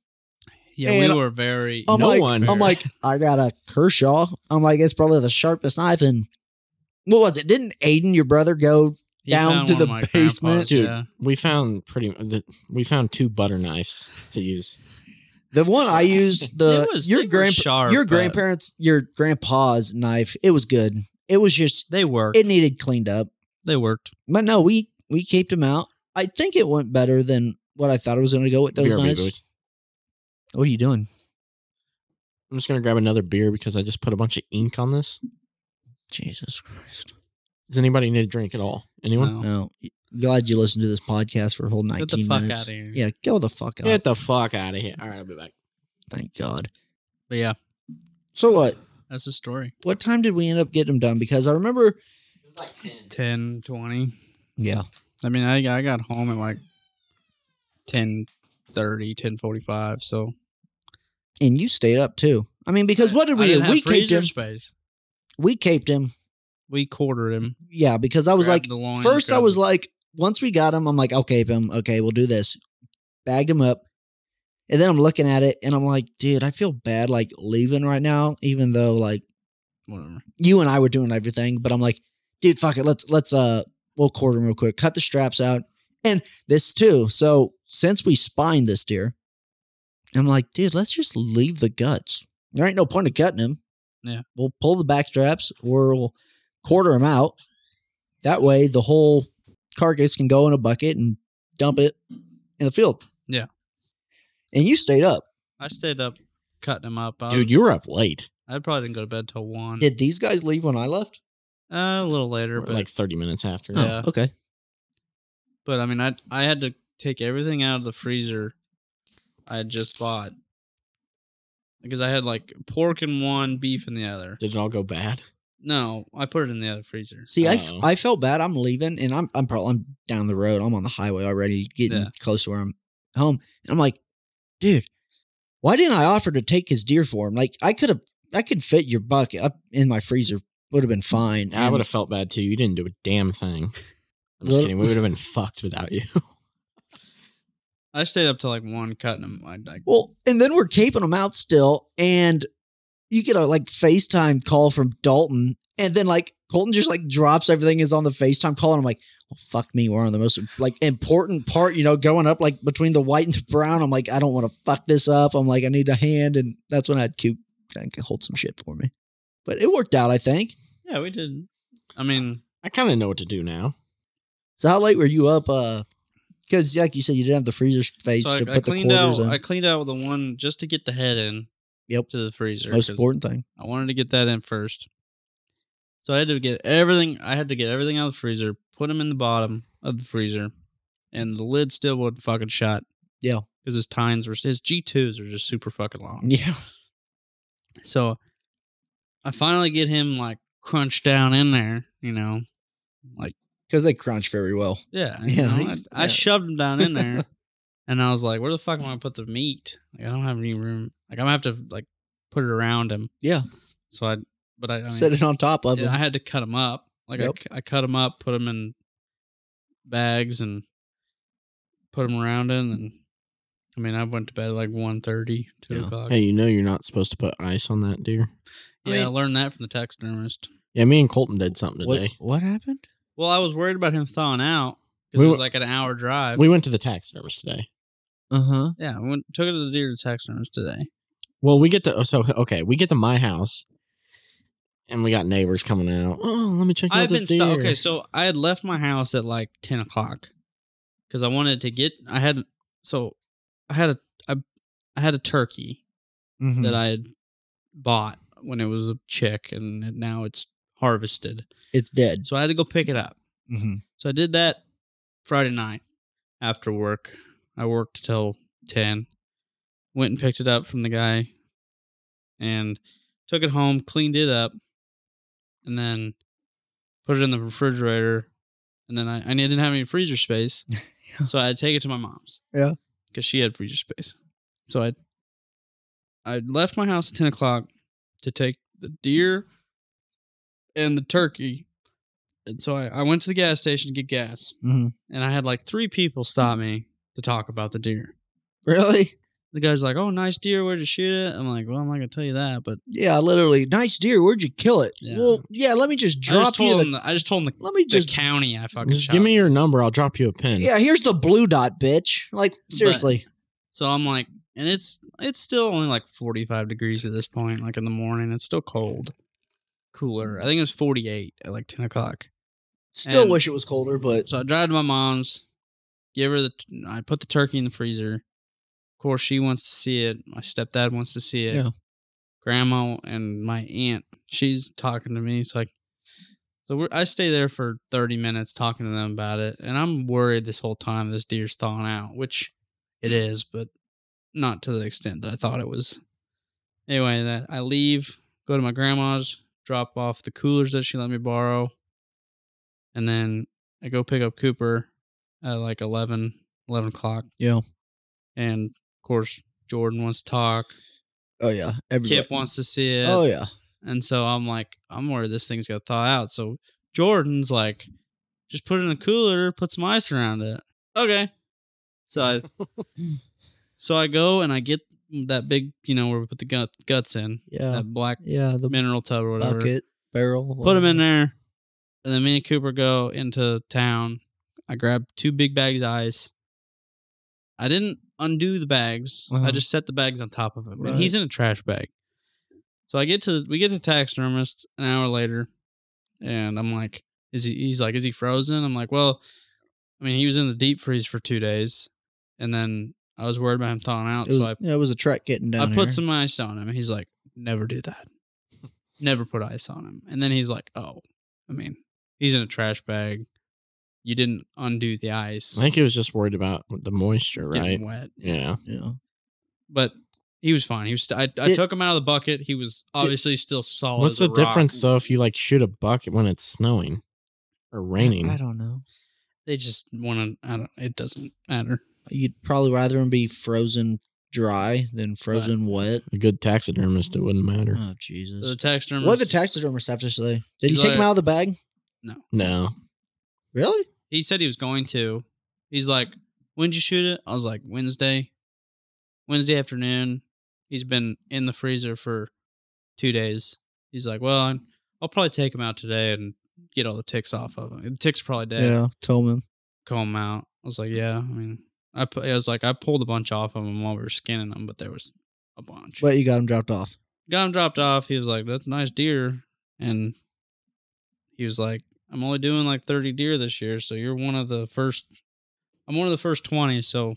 S3: yeah.
S1: And-
S3: we were very.
S1: I'm
S2: No
S1: like,
S2: one.
S1: I'm
S3: [LAUGHS]
S1: like, I got a Kershaw. I'm like, it's probably the sharpest knife. And what was it? Didn't Aiden, your brother, go?
S3: He
S1: down
S3: found
S1: to
S3: one of
S1: the
S3: my
S1: basement.
S3: grandpa's,
S2: Dude.
S3: yeah.
S2: We found pretty. the- We found two butter knives to use.
S1: The one I used, the
S3: [LAUGHS] It was-
S1: your
S3: they were
S1: grandpa,
S3: sharp,
S1: your
S3: but
S1: grandparents, your grandpa's knife. It was good. It was just
S3: They worked.
S1: it needed cleaned up.
S3: they worked.
S1: But no, we we caped him out. I think it went better than what I thought it was going to go with those
S2: BRB,
S1: knives.
S2: boys.
S1: What are you doing?
S2: I'm just gonna grab another beer because I just put a bunch of ink on this.
S1: Jesus Christ!
S2: Does anybody need a drink at all? Anyone?
S3: No.
S1: No, glad you listened to this podcast for a whole nineteen
S3: Get the fuck
S1: minutes.
S3: out of here.
S1: Yeah, go the fuck out.
S2: Get the fuck out of here! All right, I'll be back.
S1: Thank God.
S3: but yeah,
S1: So what?
S3: that's the story.
S1: What time did we end up getting him done? Because I remember.
S2: It was like ten.
S3: 10, 20.
S1: Yeah,
S3: I mean, I, I got home at like 10 10.45. So,
S1: and you stayed up too. I mean, because what did
S3: I
S1: we
S3: didn't
S1: do?
S3: have
S1: We caped
S3: freezer
S1: him.
S3: space.
S1: We caped him.
S3: We quartered him.
S1: Yeah, because I was
S3: Grabbed
S1: like,
S3: the loin,
S1: First, I
S3: grabbed
S1: was
S3: the-
S1: like, once we got him, I'm like, I'll cape him. Okay, we'll do this. Bagged him up. And then I'm looking at it and I'm like, dude, I feel bad like leaving right now, even though like
S3: whatever.
S1: you and I were doing everything. But I'm like, dude, fuck it. Let's, let's, uh, we'll quarter him real quick, cut the straps out. And this too. So since we spined this deer, I'm like, dude, let's just leave the guts. There ain't no point of cutting him.
S3: Yeah.
S1: We'll pull the back straps or we'll quarter him out. That way the whole carcass can go in a bucket and dump it in the field.
S3: Yeah.
S1: And you stayed up.
S3: I stayed up cutting him up. I,
S2: Dude, you were up late.
S3: I probably didn't go to bed till 1.
S1: Did these guys leave when I left?
S3: uh, a little later,
S2: We're
S3: but,
S2: Like thirty minutes after.
S3: Yeah.
S1: Oh, okay.
S3: but I mean, I, I had to take everything out of the freezer I had just bought. Because I had like pork in one, beef in the other.
S2: Did it all go bad?
S3: No, I put it in the other freezer.
S1: See, I, f-
S2: Uh-oh.
S1: I felt bad. I'm leaving, and I'm I'm probably I'm down the road. I'm on the highway already, getting
S3: Yeah.
S1: close to where I'm home. And I'm like, dude, why didn't I offer to take his deer for him? Like, I could have, I could fit your bucket up in my freezer. Would have been fine.
S2: I
S1: And
S2: would have felt bad too. You didn't do a damn thing. I'm just
S1: Well-
S2: kidding. We would have been fucked without you. [LAUGHS]
S3: I stayed up till like one cutting them. I like
S1: Well, and then we're caping them out still, and you get a like FaceTime call from Dalton, and then like Colton just like drops everything is on the FaceTime call, and I'm like, well, fuck me, we're on the most like important part, you know, going up like between the white and the brown. I'm like, I don't want to fuck this up. I'm like, I need a hand, and that's when I had Coop kind of hold some shit for me, but it worked out, I think.
S3: yeah, we did. I mean,
S2: I kind of know what to do now.
S1: So how late were you up? Uh, because like you said, you didn't have the freezer space
S3: so I,
S1: to put
S3: I
S1: the
S3: cleaned
S1: quarters
S3: out.
S1: in.
S3: I cleaned out the one just to get the head in.
S1: Yep.
S3: To the freezer.
S1: most
S3: 'cause
S1: important thing. [LAUGHS]
S3: I wanted to get that in first. So I had to get everything. I had to get everything out of the freezer, put them in the bottom of the freezer, and the lid still wouldn't fucking shut.
S1: Yeah.
S3: Because his tines were his G twos are just super fucking long.
S1: Yeah.
S3: So I finally get him like crunched down in there, you know. Like,
S1: Because they crunch very well. [LAUGHS]
S3: yeah. you
S1: Yeah,
S3: know,
S1: he-
S3: I, I
S1: yeah.
S3: shoved him down in
S1: [LAUGHS]
S3: there and I was like, where the fuck am I gonna put the meat? Like I don't have any room. Like I'm gonna have to like put it around him.
S1: Yeah.
S3: So I but I, I mean,
S1: Set it on top of
S3: yeah,
S1: them.
S3: I had to cut them up. Like I
S1: Yep.
S3: cu- I, cut them up, put them in bags and put them around in and I mean I went to bed at like 1.30, 2
S1: Yeah.
S3: o'clock.
S2: Hey, you know you're not supposed to put ice on that deer.
S1: I
S3: yeah, I
S1: mean-
S3: learned that from the taxidermist.
S2: Yeah, me and Colton did something today.
S1: What, what happened?
S3: Well, I was worried about him thawing out because
S2: We
S3: it
S2: were-
S3: was like an hour drive.
S2: We went to the taxidermist today.
S1: Uh huh.
S3: yeah, I went, took it to the deer taxidermist today.
S2: Well, we get to oh, so okay, we get to my house, and we got neighbors coming out. Oh, let me check out
S3: I've been
S2: this
S3: stu-
S2: deer.
S3: okay. So I had left my house at like ten o'clock because I wanted to get. I had so I had a I, I had a turkey
S1: Mm-hmm.
S3: that I had bought when it was a chick, and now it's harvested.
S1: It's dead.
S3: So I had to go pick it up.
S1: Mm-hmm.
S3: So I did that Friday night after work. I worked till 10. Went and picked it up from the guy and took it home, cleaned it up, and then put it in the refrigerator. And then I, I didn't have any freezer space. So I'd take it to my mom's.
S1: Yeah.
S3: Because she had freezer space. So I I left my house at 10 o'clock to take the deer and the turkey. And so I, I went to the gas station to get gas.
S1: Mm-hmm.
S3: And I had like three people stop me to talk about the deer.
S1: [LAUGHS] Really?
S3: The guy's like, Oh, nice deer. Where'd you shoot it? I'm like, Well, I'm not going to tell you that. But
S1: Yeah, literally. Nice deer. Where'd you kill it?
S3: Yeah.
S1: Well, yeah. Let me just
S3: I just
S1: drop
S3: told
S1: you.
S3: him
S1: The,
S3: the, I just told him the,
S1: let me
S3: the
S1: just.
S3: county I fucking
S2: just
S3: shot.
S2: give me your number. I'll drop you a pin.
S1: Yeah, here's the blue dot, bitch. Like seriously.
S3: So I'm like, and it's it's still only like 45 degrees at this point, like in the morning. It's still cold, cooler. I think it was 48 at like 10 o'clock.
S1: Still
S3: and-
S1: wish it was colder, but
S3: So I drive to my mom's, give her the, t- I put the turkey in the freezer. Of course, she wants to see it. My stepdad wants to see it.
S1: Yeah.
S3: Grandma and my aunt, she's talking to me. It's like, so we're, I stay there for 30 minutes talking to them about it. And I'm worried this whole time this deer's thawing out, which it is, but not to the extent that I thought it was. Anyway, that I leave, go to my grandma's, drop off the coolers that she let me borrow. And then I go pick up Cooper at like 11, 11 o'clock.
S1: Yeah.
S3: And of course, Jordan wants to talk.
S1: oh yeah, everybody.
S3: Kip wants to see it.
S1: Oh yeah.
S3: And so I'm like, I'm worried this thing's going to thaw out. So Jordan's like, just put it in the cooler, put some ice around it. Okay. So I,
S1: [LAUGHS]
S3: so I go and I get that big, you know, where we put the gut, guts in,
S1: Yeah.
S3: that black
S1: Yeah. The
S3: mineral tub or whatever
S1: bucket barrel.
S3: put them in there, and then me and Cooper go into town. I grab two big bags of ice. I didn't undo the bags. I
S1: Uh-huh.
S3: just set the bags on top of him,
S1: Right.
S3: and he's in a trash bag. So I get to we get to the taxidermist an hour later, and I'm like, "Is he?" He's like, "Is he frozen?" I'm like, "Well, I mean, he was in the deep freeze for two days, and then I was worried about him thawing out,
S1: It was,
S3: so I
S1: yeah, it was a trek getting down.
S3: I put
S1: here.
S3: some ice on him. and He's like, never do that.
S2: [LAUGHS]
S3: never put ice on him. And then he's like, oh, I mean, he's in a trash bag. You didn't undo the ice.
S2: I think he was just worried about the moisture,
S3: Getting
S2: right?
S3: wet.
S2: Yeah.
S1: Yeah.
S3: But He was fine. He was. St- I, I
S1: Did-
S3: took him out of the bucket. He was obviously still solid.
S2: What's
S3: as
S2: the
S3: a rock.
S2: difference though if you like shoot a bucket when it's snowing or raining?
S1: I don't know.
S3: They just want to. I don't. It doesn't matter.
S1: You'd probably rather him be frozen dry than frozen wet.
S2: A good taxidermist, it wouldn't matter.
S1: Oh
S3: The
S1: Jesus!
S3: taxidermist.
S1: What did the taxidermist have to say? Did he
S3: He's
S1: take him
S3: like-
S1: out of the bag?
S2: No,
S1: Really?
S3: He said he was going to. He's like, when'd you shoot it? I was like, Wednesday, Wednesday afternoon. He's been in the freezer for two days. He's like, well, I'm, I'll probably take him out today and get all the ticks off of him. The ticks are probably dead.
S1: Yeah, comb him.
S3: comb 'em out. I was like, yeah. I mean, I pu- I was like, I pulled a bunch off of him while we were skinning them, but there was a bunch.
S1: But you got him dropped off.
S3: Got him dropped off. He was like, that's a nice deer, and he was like, I'm only doing like 30 deer this year, so you're one of the first. I'm one of the first 20, so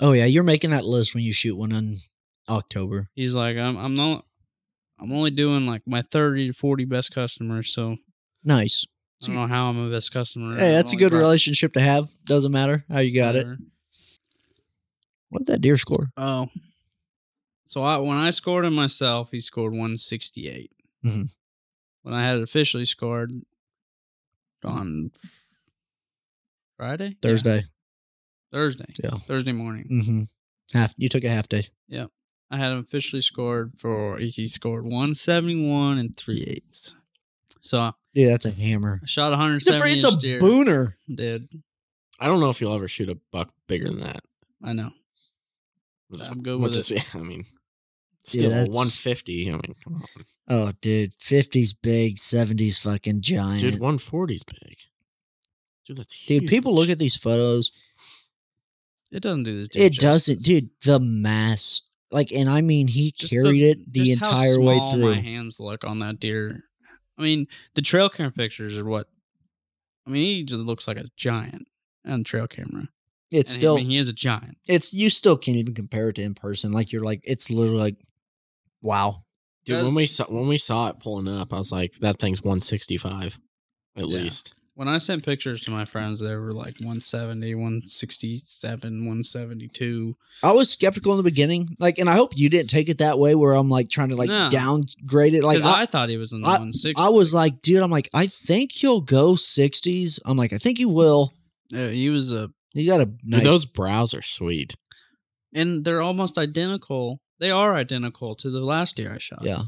S1: Oh yeah, you're making that list when you shoot one in October.
S3: he's like, I'm I'm not. I'm only doing like my 30 to 40 best customers, so
S1: Nice.
S3: I don't know how I'm a best customer.
S1: Hmm. Hey, that's a good relationship to have. Doesn't matter how you got it. What did that deer score?
S3: Oh. So I when I scored him myself, he scored 168.
S1: Mhm.
S3: When I had it officially scored on Friday? Yeah,
S1: Thursday.
S3: Thursday.
S1: Yeah.
S3: Thursday morning.
S1: Mm-hmm. Half. You took a half day.
S3: I had him officially scored for he scored 171 and 3 eighths. So I
S1: Yeah, that's a hammer.
S3: shot 170
S1: It's a
S3: inch deer.
S1: booner.
S3: Dude,
S2: I don't know if you'll ever shoot a buck bigger than that.
S3: I know.
S2: Which is-
S3: I'm good
S2: which
S3: with
S2: is- yeah, [LAUGHS] I mean,
S1: Yeah,
S2: still
S1: that's-
S2: 150. I mean, come on,
S1: Oh, dude, fifties big, seventies fucking giant.
S2: dude, 140's big. Dude, that's huge.
S1: Dude, people look at these photos.
S3: It doesn't do this. deer
S1: It
S3: justice.
S1: doesn't, dude. The mass, like, and I mean, he
S3: Just the-
S1: carried it the
S3: Just how
S1: entire way
S3: small
S1: through.
S3: My hands look on that deer. I mean, the trail camera pictures are what. I mean, he just looks like a giant on the trail camera.
S1: It's
S3: And he-
S1: still,
S3: I mean, he is a giant.
S1: it's you still can't even compare it to in person. Like you're like, it's literally like, wow.
S2: dude. When we saw when we saw it pulling up, I was like, that thing's 165, at
S3: Yeah.
S2: least.
S3: When I sent pictures to my friends, they were like 170, 167, 172.
S1: I was skeptical in the beginning, like, and I hope you didn't take it that way, where I'm like trying to like
S3: No.
S1: downgrade it. Like,
S3: Because I,
S1: I,
S3: thought he was in the
S1: I-
S3: 160.
S1: I was like, dude, I'm like, I think he'll go sixties. I'm like, I think he will.
S3: Yeah, he was a.
S1: He got a nice
S2: Dude, those brows are sweet.
S3: And they're almost identical. They are identical to the last deer I shot.
S1: Yeah.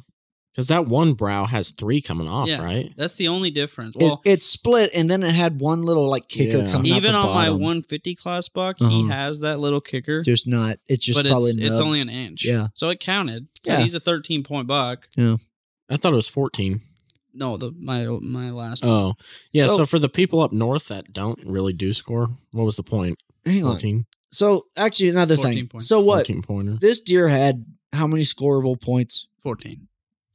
S2: Because that one brow has three coming off,
S3: Yeah.
S2: right?
S3: That's the only difference.
S1: It,
S3: Well,
S1: it split and then it had one little like kicker
S2: Yeah.
S1: coming out
S3: even
S1: the
S3: on my
S1: bottom.
S3: 150 class buck,
S1: Uh-huh.
S3: he has that little kicker.
S1: There's not. It's just
S3: but
S1: probably
S3: it's, it's
S1: nub.
S3: only an inch.
S1: Yeah.
S3: So it counted. So
S1: Yeah.
S3: He's a 13 point buck.
S2: I thought it was 14.
S3: No, the my my last. one.
S2: Oh, yeah.
S1: So-
S2: So, for the people up north that don't really do score, what was the point?
S1: Hang on.
S2: 14,
S1: So actually, another
S3: 14
S1: thing.
S3: points.
S1: So what?
S2: 14 pointer.
S1: This deer had how many scoreable points
S3: 14.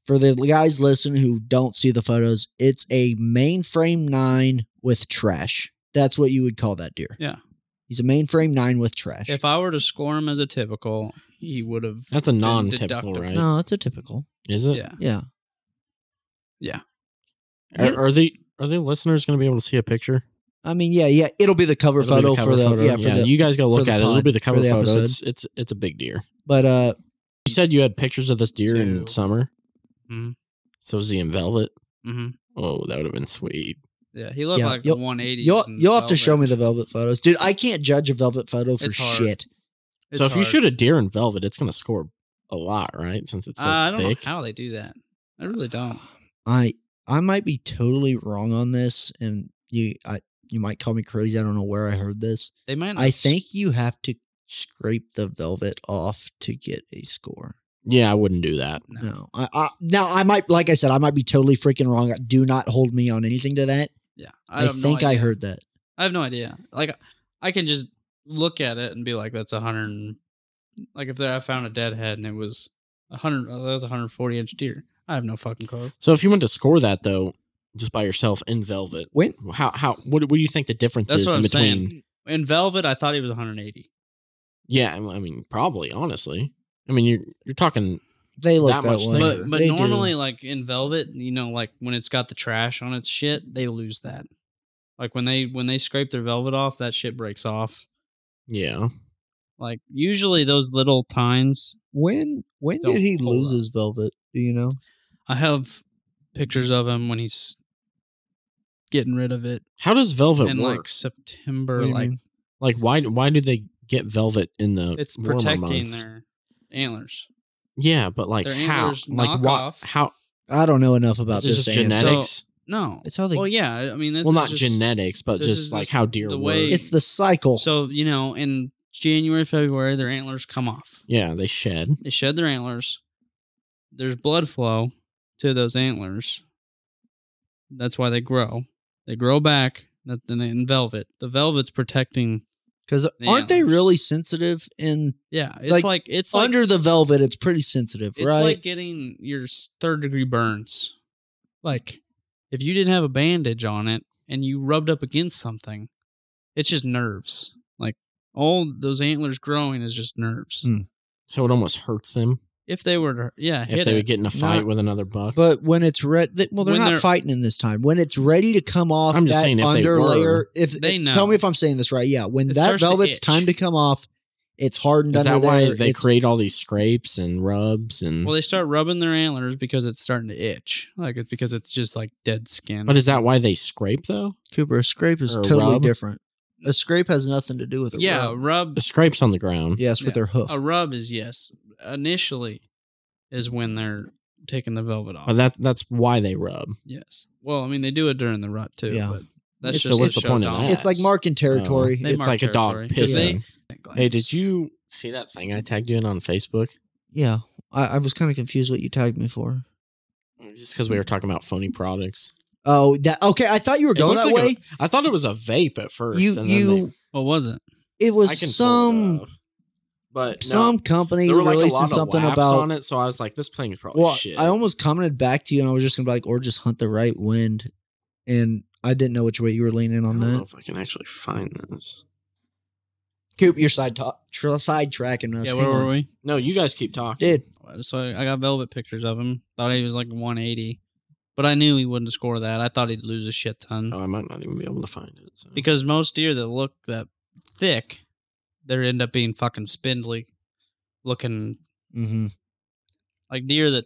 S1: for the guys listening who don't see the photos? It's a mainframe nine with trash. That's what you would call that deer.
S3: Yeah.
S1: He's a mainframe nine with trash.
S3: If I were to score him as a typical, he would have.
S2: That's a non typical,
S3: deductible.
S2: right?
S1: no, that's a typical.
S2: Is it?
S3: Yeah.
S1: Yeah.
S2: Are, are the are the listeners going to be able to see a picture?
S1: I mean, yeah, yeah. It'll be the cover
S2: It'll be
S1: photo
S2: the cover
S1: for the
S2: photo.
S1: yeah for the.
S2: you guys go
S1: for
S2: look
S1: the
S2: at it. It'll
S1: pod,
S2: be the
S1: for
S2: cover
S1: the
S2: photo.
S1: episode.
S2: It's, it's it's a big deer.
S1: but uh,
S2: You said you had pictures of this deer in
S3: Two.
S2: summer.
S1: Mm-hmm.
S3: Mhm.
S2: So is he in velvet?
S3: hmm
S2: Oh, that would have been sweet.
S3: Yeah. He looked
S1: Yeah.
S3: like
S1: You'll-
S3: 180.
S1: you'll you'll have to show me the velvet photos, dude. I can't judge a velvet photo for
S3: It's hard.
S1: shit.
S2: so if you shoot a deer in velvet, it's going to score a lot, right? Since it's so
S3: I don't
S2: thick.
S3: know how they do that. I really don't.
S1: I I might be totally wrong on this, and you I you might call me crazy. I don't know where I heard this.
S3: They might. Not
S1: I
S3: s-
S1: think you have to scrape the velvet off to get a score.
S2: yeah, I wouldn't do that.
S3: No.
S1: No, I, I now I might like I said I might be totally freaking wrong. uh, Do not hold me on anything to that.
S3: Yeah.
S1: I,
S3: have no
S1: think I
S3: idea.
S1: heard that.
S3: I have no idea. Like I can just look at it and be like, that's a hundred. and- Like if there, I found a dead head and it was a hundred, oh, that was a hundred forty inch deer. I have no fucking clue.
S2: So if you went to score that though, just by yourself in velvet,
S1: When
S2: how how what, what do you think the difference
S3: That's
S2: is
S3: what
S2: in
S3: I'm
S2: between?
S3: saying. In velvet, I thought he was 180.
S2: Yeah, I mean probably honestly. I mean you're you're talking
S1: they look that,
S2: That much
S1: way,
S2: They
S3: But
S2: do.
S3: but
S1: Oh, They do.
S3: normally, like in velvet, you know, like when it's got the trash on its shit, they lose that. Like when they when they scrape their velvet off, that shit breaks off.
S2: yeah.
S3: Like usually those little tines,
S1: When when
S3: Don't
S1: did he
S3: pull
S1: lose
S3: up.
S1: his velvet? Do you know?
S3: I have pictures of him when he's getting rid of it
S2: How does velvet
S3: in like
S2: work?
S3: September.
S1: What do you
S3: Like
S1: mean?
S2: Like, why why do they get velvet in the
S3: it's
S2: warmer
S3: protecting
S2: months?
S3: their antlers.
S2: Yeah, but like
S3: Their
S2: how?
S3: antlers
S2: Like
S3: knock
S2: why?
S3: off.
S2: How
S1: I don't know enough about
S2: is
S1: this.
S2: this just
S1: answer.
S3: genetic?
S2: genetics?
S3: No,
S1: It's how they.
S3: well, yeah. I mean, this
S2: well,
S3: is
S2: not
S3: just-
S2: genetics, but
S3: this
S2: just
S3: is
S2: like
S3: just
S2: how deer
S3: the
S2: work.
S3: way-
S1: it's the cycle.
S3: So you know, in January, February, their antlers come off.
S2: Yeah, they shed.
S3: They shed their antlers. There's blood flow to those antlers. That's why they grow. They grow back. That then they in velvet. The velvet's protecting.
S1: Because
S3: the
S1: aren't they
S3: antlers.
S1: really sensitive? And
S3: Yeah, it's
S1: Like,
S3: like, it's like
S1: under the velvet, it's pretty sensitive,
S3: it's
S1: right?
S3: like getting your third degree burns. Like if you didn't have a bandage on it and you rubbed up against something, it's just nerves. Like all those antlers growing is just nerves.
S4: Mm.
S2: So it almost hurts them
S3: If they were to, yeah,
S2: if
S3: hit
S2: they
S3: it.
S2: would get in a fight
S1: Not-
S2: with another buck.
S1: But when it's ready, well, they're
S3: When
S1: not
S3: they're-
S1: fighting in this time. When it's ready to come off,
S2: I'm just
S1: that
S2: saying if they
S1: underlayer.
S2: were,
S1: if
S3: they know.
S1: tell me if I'm saying this right, yeah. When
S3: It
S1: that
S3: starts to
S1: velvet's
S3: itch.
S1: time to come off, it's hardened
S2: is that
S1: under
S2: why
S1: there,
S2: they
S1: it's-
S2: create all these scrapes and rubs and?
S3: Well, they start rubbing their antlers because it's starting to itch. Like it's because it's just like dead skin.
S2: but is that why they scrape though?
S1: Cooper a scrape is
S2: Or a
S1: totally
S2: rub?
S1: different. A scrape has nothing to do with a
S3: yeah, a
S1: rub.
S3: rub.
S2: The scrapes on the ground.
S1: Yes, with
S3: Yeah.
S1: their hoof.
S3: A rub is yes. Initially, is when they're taking the velvet off.
S2: But Oh, that that's why they rub.
S3: yes. Well, I mean they do it during the rut too.
S1: Yeah.
S3: But that's
S2: It's-
S3: just
S2: so
S3: to
S2: what's the
S3: show
S2: point of
S3: dominance.
S2: that?
S1: It's like marking territory.
S3: They
S2: Oh, it's
S3: mark
S2: like a dog
S3: territory. 'Cause they-
S2: pissing. Hey, did you see that thing I tagged you in on Facebook?
S1: yeah, I, I was kind of confused what you tagged me for.
S2: Just because we were talking about phony products.
S1: Oh, that okay. I thought you were
S2: It
S1: going
S2: looked
S1: that
S2: like a-
S1: way.
S2: I thought it was a vape at first.
S1: you
S2: and then they-
S1: you.
S3: What was it?
S1: It
S2: I
S1: was
S2: can pull it
S1: some
S2: up. but no,
S1: some company
S2: there were like a
S1: releasing
S2: lot of
S1: something
S2: laughs
S1: about
S2: on it, so I was like, this thing is probably
S1: Well,
S2: shit.
S1: I almost commented back to you, and I was just gonna be like, or just hunt the right wind, and I didn't know which way you were leaning
S2: I
S1: on
S2: don't know
S1: that.
S2: if I can actually find this.
S1: Coop, you're side talk, tra- sidetracking us.
S3: Yeah,
S1: Hang
S3: where
S1: on.
S3: were we?
S2: No, you guys keep talking.
S1: Dude,
S3: So I got velvet pictures of him. Thought he was like 180, but I knew he wouldn't score that. I thought he'd lose a shit ton.
S2: Oh, I might not even be able to find it. so.
S3: because most deer that look that thick, they end up being fucking spindly looking
S4: Mm-hmm.
S3: like deer that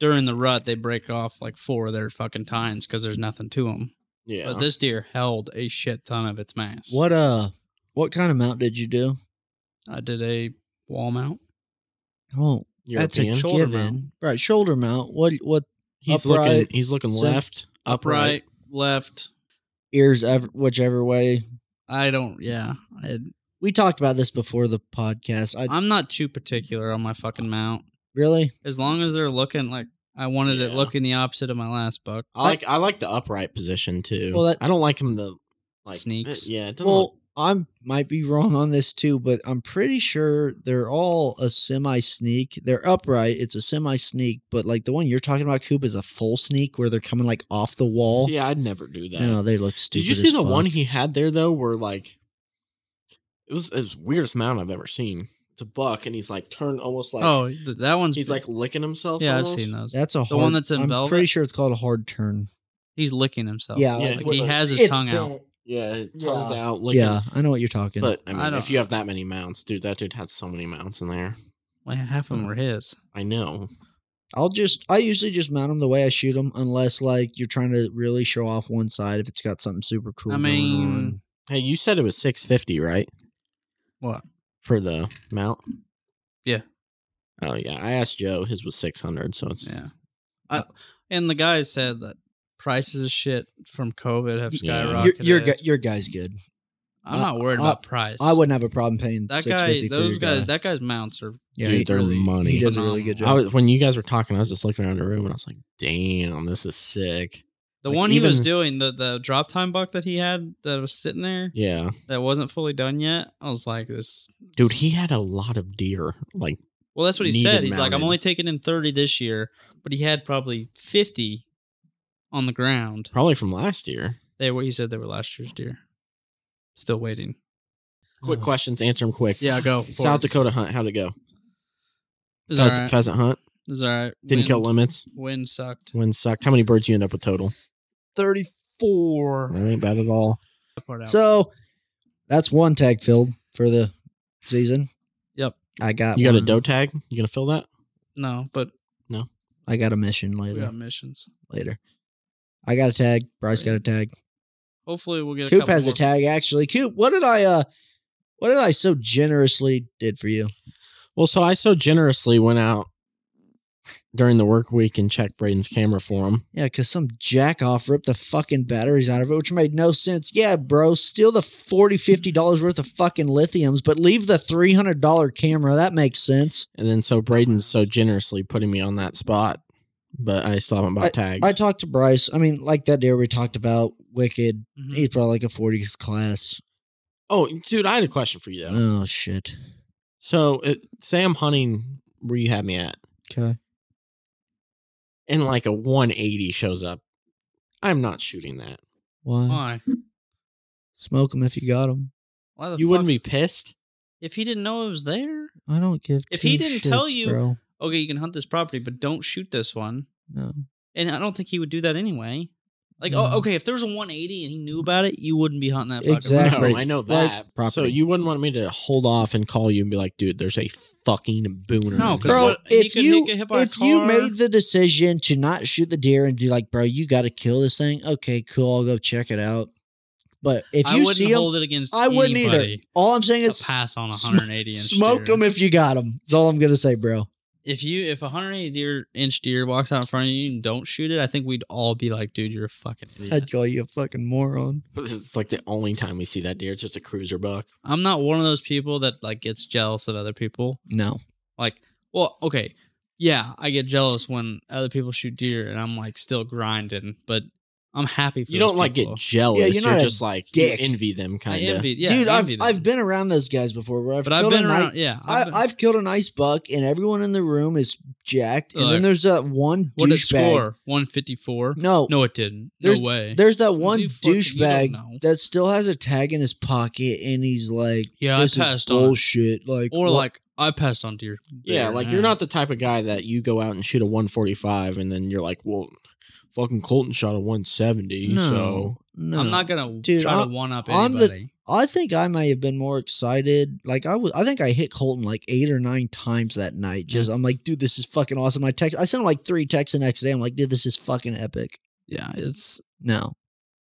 S3: during the rut they break off like four of their fucking tines because there's nothing to them.
S2: yeah, uh,
S3: But this deer held a shit ton of its mass.
S1: what uh, what kind of mount did you do?
S3: I did a wall mount.
S1: Oh, that's a
S2: European.
S3: Shoulder
S1: given,
S3: mount.
S1: right? Shoulder mount. What what
S2: he's
S1: upright,
S2: looking. He's looking
S1: cent-
S2: left,
S3: Upright,
S2: upright.
S3: left.
S1: ears ever whichever way?
S3: I don't. Yeah, I,
S1: We talked about this before the podcast. I
S3: I'm not too particular on my fucking mount.
S1: really
S3: As long as they're looking like I wanted it
S2: Yeah.
S3: looking the opposite of my last buck.
S2: I like. I like the upright position too.
S1: Well, that-
S2: I don't like him the like
S3: Sneaks.
S2: Yeah, it doesn't
S1: well.
S2: look-
S1: I might be wrong on this too, but I'm pretty sure they're all a semi sneak. They're upright. It's a semi sneak, but like the one you're talking about, Coop, is a full sneak where they're coming like off the wall.
S2: yeah, I'd never do that.
S1: No, they look stupid.
S2: Did you see the one he had there though, where like it was it was the weirdest mount I've ever seen. It's a buck, and he's like turned almost like
S3: oh, th- that one's
S2: he's like licking himself.
S3: yeah, I've
S2: almost.
S3: seen those.
S1: That's a hard,
S3: The one that's in
S1: I'm
S3: velvet?
S1: pretty sure it's called a hard turn.
S3: He's licking himself.
S1: Yeah,
S2: Yeah,
S3: like
S2: with
S3: he
S2: a-
S3: has his
S1: It's
S3: tongue out.
S1: bent.
S2: Yeah, it tongues
S1: Yeah.
S2: out. Licking.
S1: Yeah, I know what you're talking.
S2: but I
S3: I
S2: mean,
S3: don't-
S2: if you have that many mounts, dude, that dude had so many mounts in there.
S3: Like half of them were his.
S2: I know.
S1: I'll just I usually just mount them the way I shoot them, unless like you're trying to really show off one side if it's got something super cool.
S3: I
S1: going
S3: mean,
S1: on.
S2: Hey, you said it was six fifty, right?
S3: What?
S2: for the mount?
S3: Yeah.
S2: Oh yeah, I asked Joe. His was six hundred, so it's
S3: Yeah. I, and the guy said that prices of shit from COVID have
S2: Yeah.
S3: skyrocketed.
S1: your your, gu- your guy's good.
S3: I'm not worried
S1: I-
S3: about price.
S1: I wouldn't have a problem paying
S3: That
S1: six
S3: guy,
S1: fifty for
S3: those
S1: your
S3: guys,
S1: guy.
S3: that guy's mounts are.
S1: yeah,
S2: Dude,
S1: he-
S2: they're
S1: really-
S2: money.
S1: He does a really good
S2: I
S1: job.
S2: was when you guys were talking, I was just looking around the room and I was like, "Damn, this is sick."
S3: The
S2: Like,
S3: one he was
S2: even-
S3: doing, the the drop time buck that he had that was sitting there
S2: Yeah,
S3: that wasn't fully done yet. I was like, this.
S2: dude, he had a lot of deer. Like,
S3: Well, that's what he
S2: needed
S3: said. He's like, I'm
S2: mounted.
S3: only taking in 30 this year, but he had probably 50 on the ground.
S2: probably from last year.
S3: They were. He said they were last year's deer. Still waiting.
S2: Quick questions, answer them quick.
S3: Uh-huh. Yeah, go. for
S2: Oh. South
S3: it.
S2: Dakota hunt, how'd it go?
S3: It's all
S2: Pheasant,
S3: right.
S2: pheasant hunt
S3: It's all right.
S2: didn't
S3: Wind-
S2: kill limits.
S3: Wind sucked.
S2: Wind sucked. How many birds you end up with total?
S3: 34.
S2: That ain't bad at all.
S3: Part out.
S1: so that's one tag filled for the season. I got
S2: You got a
S1: one.
S2: doe tag? You gonna fill that?
S3: No, but
S1: I got a mission
S3: we
S1: later.
S3: got missions.
S1: Later. I got a tag. Bryce got a tag.
S3: Hopefully, we'll get. a
S1: Coop
S3: couple
S1: has
S3: more.
S1: a tag actually. Coop, what did I uh what did I so generously did for you?
S2: Well, so I so generously went out during the work week and checked Braden's camera for him.
S1: Yeah, because some jack off ripped the fucking batteries out of it, which made no sense. Yeah, bro, steal the $40, $50 worth of fucking lithiums, but leave the $300 camera. That makes sense.
S2: And then so Braden's so generously putting me on that spot, but I still haven't bought tags.
S1: I talked to Bryce. I mean, like that deer we talked about, Wicked.
S3: Mhm.
S1: He's probably like a 40s class.
S2: oh, dude, I had a question for you though.
S1: Oh, shit.
S2: So it, say I'm hunting where you had me at,
S1: Okay.
S2: and like a 180 shows up. I'm not shooting that.
S1: Why?
S3: Why?
S1: Smoke them if you got them.
S3: Why the
S2: You wouldn't
S3: fuck-
S2: be pissed.
S3: if he didn't know it was there.
S1: I don't give
S3: If he
S1: two
S3: didn't tell
S1: shits,
S3: you-
S1: Bro.
S3: Okay, you can hunt this property, but don't shoot this one.
S1: No.
S3: And I don't think he would do that anyway. Like,
S1: No.
S3: oh, okay, if there was a 180 and he knew about it, you wouldn't be hunting [LAUGHS] that. fucking
S1: Exactly.
S3: property.
S2: No, I know
S1: Like,
S2: that. so
S1: property.
S2: you wouldn't want me to hold off and call you and be like, dude, there's a fucking booner.
S3: No,
S2: in
S3: 'cause
S2: here."
S1: Bro,
S3: what- he
S1: if
S3: could- he
S1: you
S3: could hit by a
S1: if you
S3: car.
S1: made the decision to not shoot the deer and do like, bro, you got to kill this thing. Okay, cool. I'll go check it out. But if
S3: I
S1: you
S3: wouldn't
S1: see them,
S3: hold it against.
S1: I wouldn't either.
S3: anybody
S1: All I'm saying
S3: to
S1: is
S3: pass on a
S1: sm-
S3: 180 inch.
S1: smoke
S3: deer.
S1: them if you got them. That's all I'm gonna say, bro.
S3: If you if a 180 deer inch deer walks out in front of you and don't shoot it, I think we'd all be like, dude, you're a fucking idiot.
S1: I'd call you a fucking moron.
S2: [LAUGHS] it's like the only time we see that deer. It's just a cruiser buck.
S3: I'm not one of those people that like gets jealous of other people.
S1: No,
S3: Like, well, okay, yeah, I get jealous when other people shoot deer and I'm like still grinding, but I'm happy. for
S2: You
S3: those
S2: don't like get
S3: people.
S2: jealous.
S1: Yeah, you're
S2: you're
S1: not a
S2: just like
S1: dick.
S2: you envy them
S3: I
S2: kind of.
S3: envy, yeah,
S1: dude,
S3: I
S1: I've
S3: envy them.
S1: I've been around those guys before. Where I've
S3: but I've
S1: killed
S3: been
S1: a night.
S3: around. Yeah,
S1: I,
S3: been-
S1: I've killed an ice buck, and everyone in the room is jacked. And
S3: Look.
S1: then there's that one
S3: what did it
S1: douchebag.
S3: score? 154.
S1: No,
S3: No, it didn't. No
S1: There's-
S3: way.
S1: There's that one
S3: You fucking- you don't know.
S1: douchebag that still has a tag in his pocket, and he's like,
S3: Yeah, I
S1: "This is
S3: passed on.
S1: bullshit." Like,
S3: Or
S1: what-
S3: like I passed on deer.
S2: Yeah, like you're not the type of guy that you go out and shoot a 145 and then you're like, well, fucking Colton shot a 170.
S1: no,
S2: So
S1: no.
S3: I'm not gonna
S1: Dude,
S3: try
S1: I'm-
S3: to one up
S1: I'm the-
S3: anybody.
S1: I think I may have been more excited. Like I was, I think I hit Colton like eight or nine times that night. Just I'm like, dude, this is fucking awesome. I text, I sent him like three texts the next day. I'm like, dude, this is fucking epic.
S3: yeah, it's
S1: No,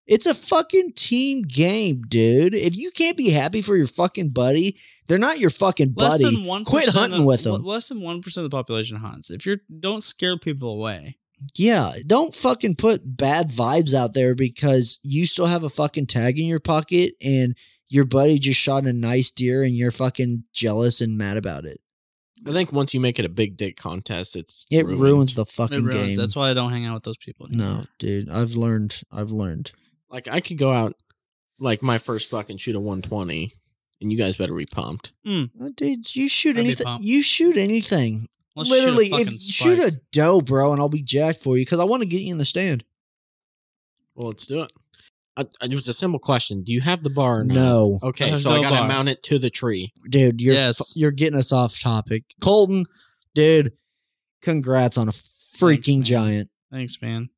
S1: it's a fucking team game, dude. If you can't be happy for your fucking buddy, they're not your fucking
S3: less
S1: buddy.
S3: than one.
S1: quit hunting
S3: of,
S1: with
S3: le-
S1: them.
S3: Less than one percent of the population hunts. If you're don't scare people away.
S1: Yeah, don't fucking put bad vibes out there because you still have a fucking tag in your pocket and your buddy just shot a nice deer and you're fucking jealous and mad about it.
S2: I think once you make it a big dick contest, it's
S1: It
S2: ruined.
S1: ruins the
S3: It
S1: fucking
S3: ruins.
S1: game.
S3: That's why I don't hang out with those people. anymore.
S1: no, dude, I've learned. I've learned.
S2: Like I could go out, like my first fucking shoot a 120, and you guys better be pumped.
S1: Uh, Dude, you shoot
S3: I'd be
S1: anything.
S3: pumped.
S1: You shoot anything.
S3: Let's shoot a
S1: Literally, if
S3: fucking
S1: shoot
S3: spike.
S1: a doe, bro, and I'll be jacked for you because I want to get you in the stand.
S2: Well, let's do it. I, I, it was a simple question. Do you have the bar? Or not?
S1: No,
S2: Okay,
S3: There's
S2: so I
S3: no
S2: gotta
S3: bar.
S2: mount it to the tree.
S1: dude, you're
S3: Yes.
S1: fu- you're getting us off topic. Colton, dude, congrats on a freaking
S3: man.
S1: giant.
S3: Thanks, man.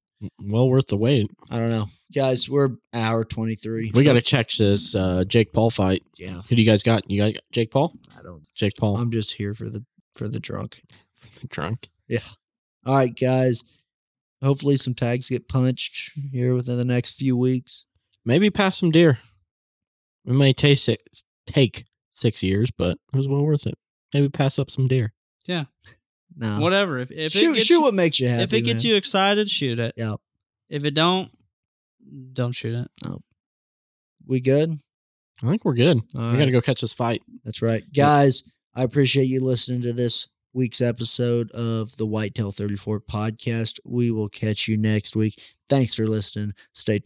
S2: Well worth the wait.
S1: I don't know. Guys, we're hour 23.
S2: We gotta check this uh, Jake Paul fight.
S1: Yeah,
S2: Who do you guys got? You got Jake Paul?
S1: I don't.
S2: Jake Paul.
S1: I'm just here for the for the drunk.
S2: [LAUGHS] drunk.
S1: All right, guys. Hopefully some tags get punched here within the next few weeks.
S2: Maybe pass some deer. It may taste six, take six years, but it was well worth it. Maybe pass up some deer.
S1: No.
S3: Whatever. If if
S1: shoot,
S3: it gets
S1: shoot
S3: you,
S1: what makes you happy.
S3: if it gets you excited, shoot it.
S1: Yep.
S3: If it don't, don't shoot it.
S1: We good?
S2: I think we're good.
S1: All
S2: We gotta
S1: right.
S2: go catch this fight.
S1: That's right. Guys, I appreciate you listening to this week's episode of the Whitetail 34 podcast. We will catch you next week. Thanks for listening. Stay tuned.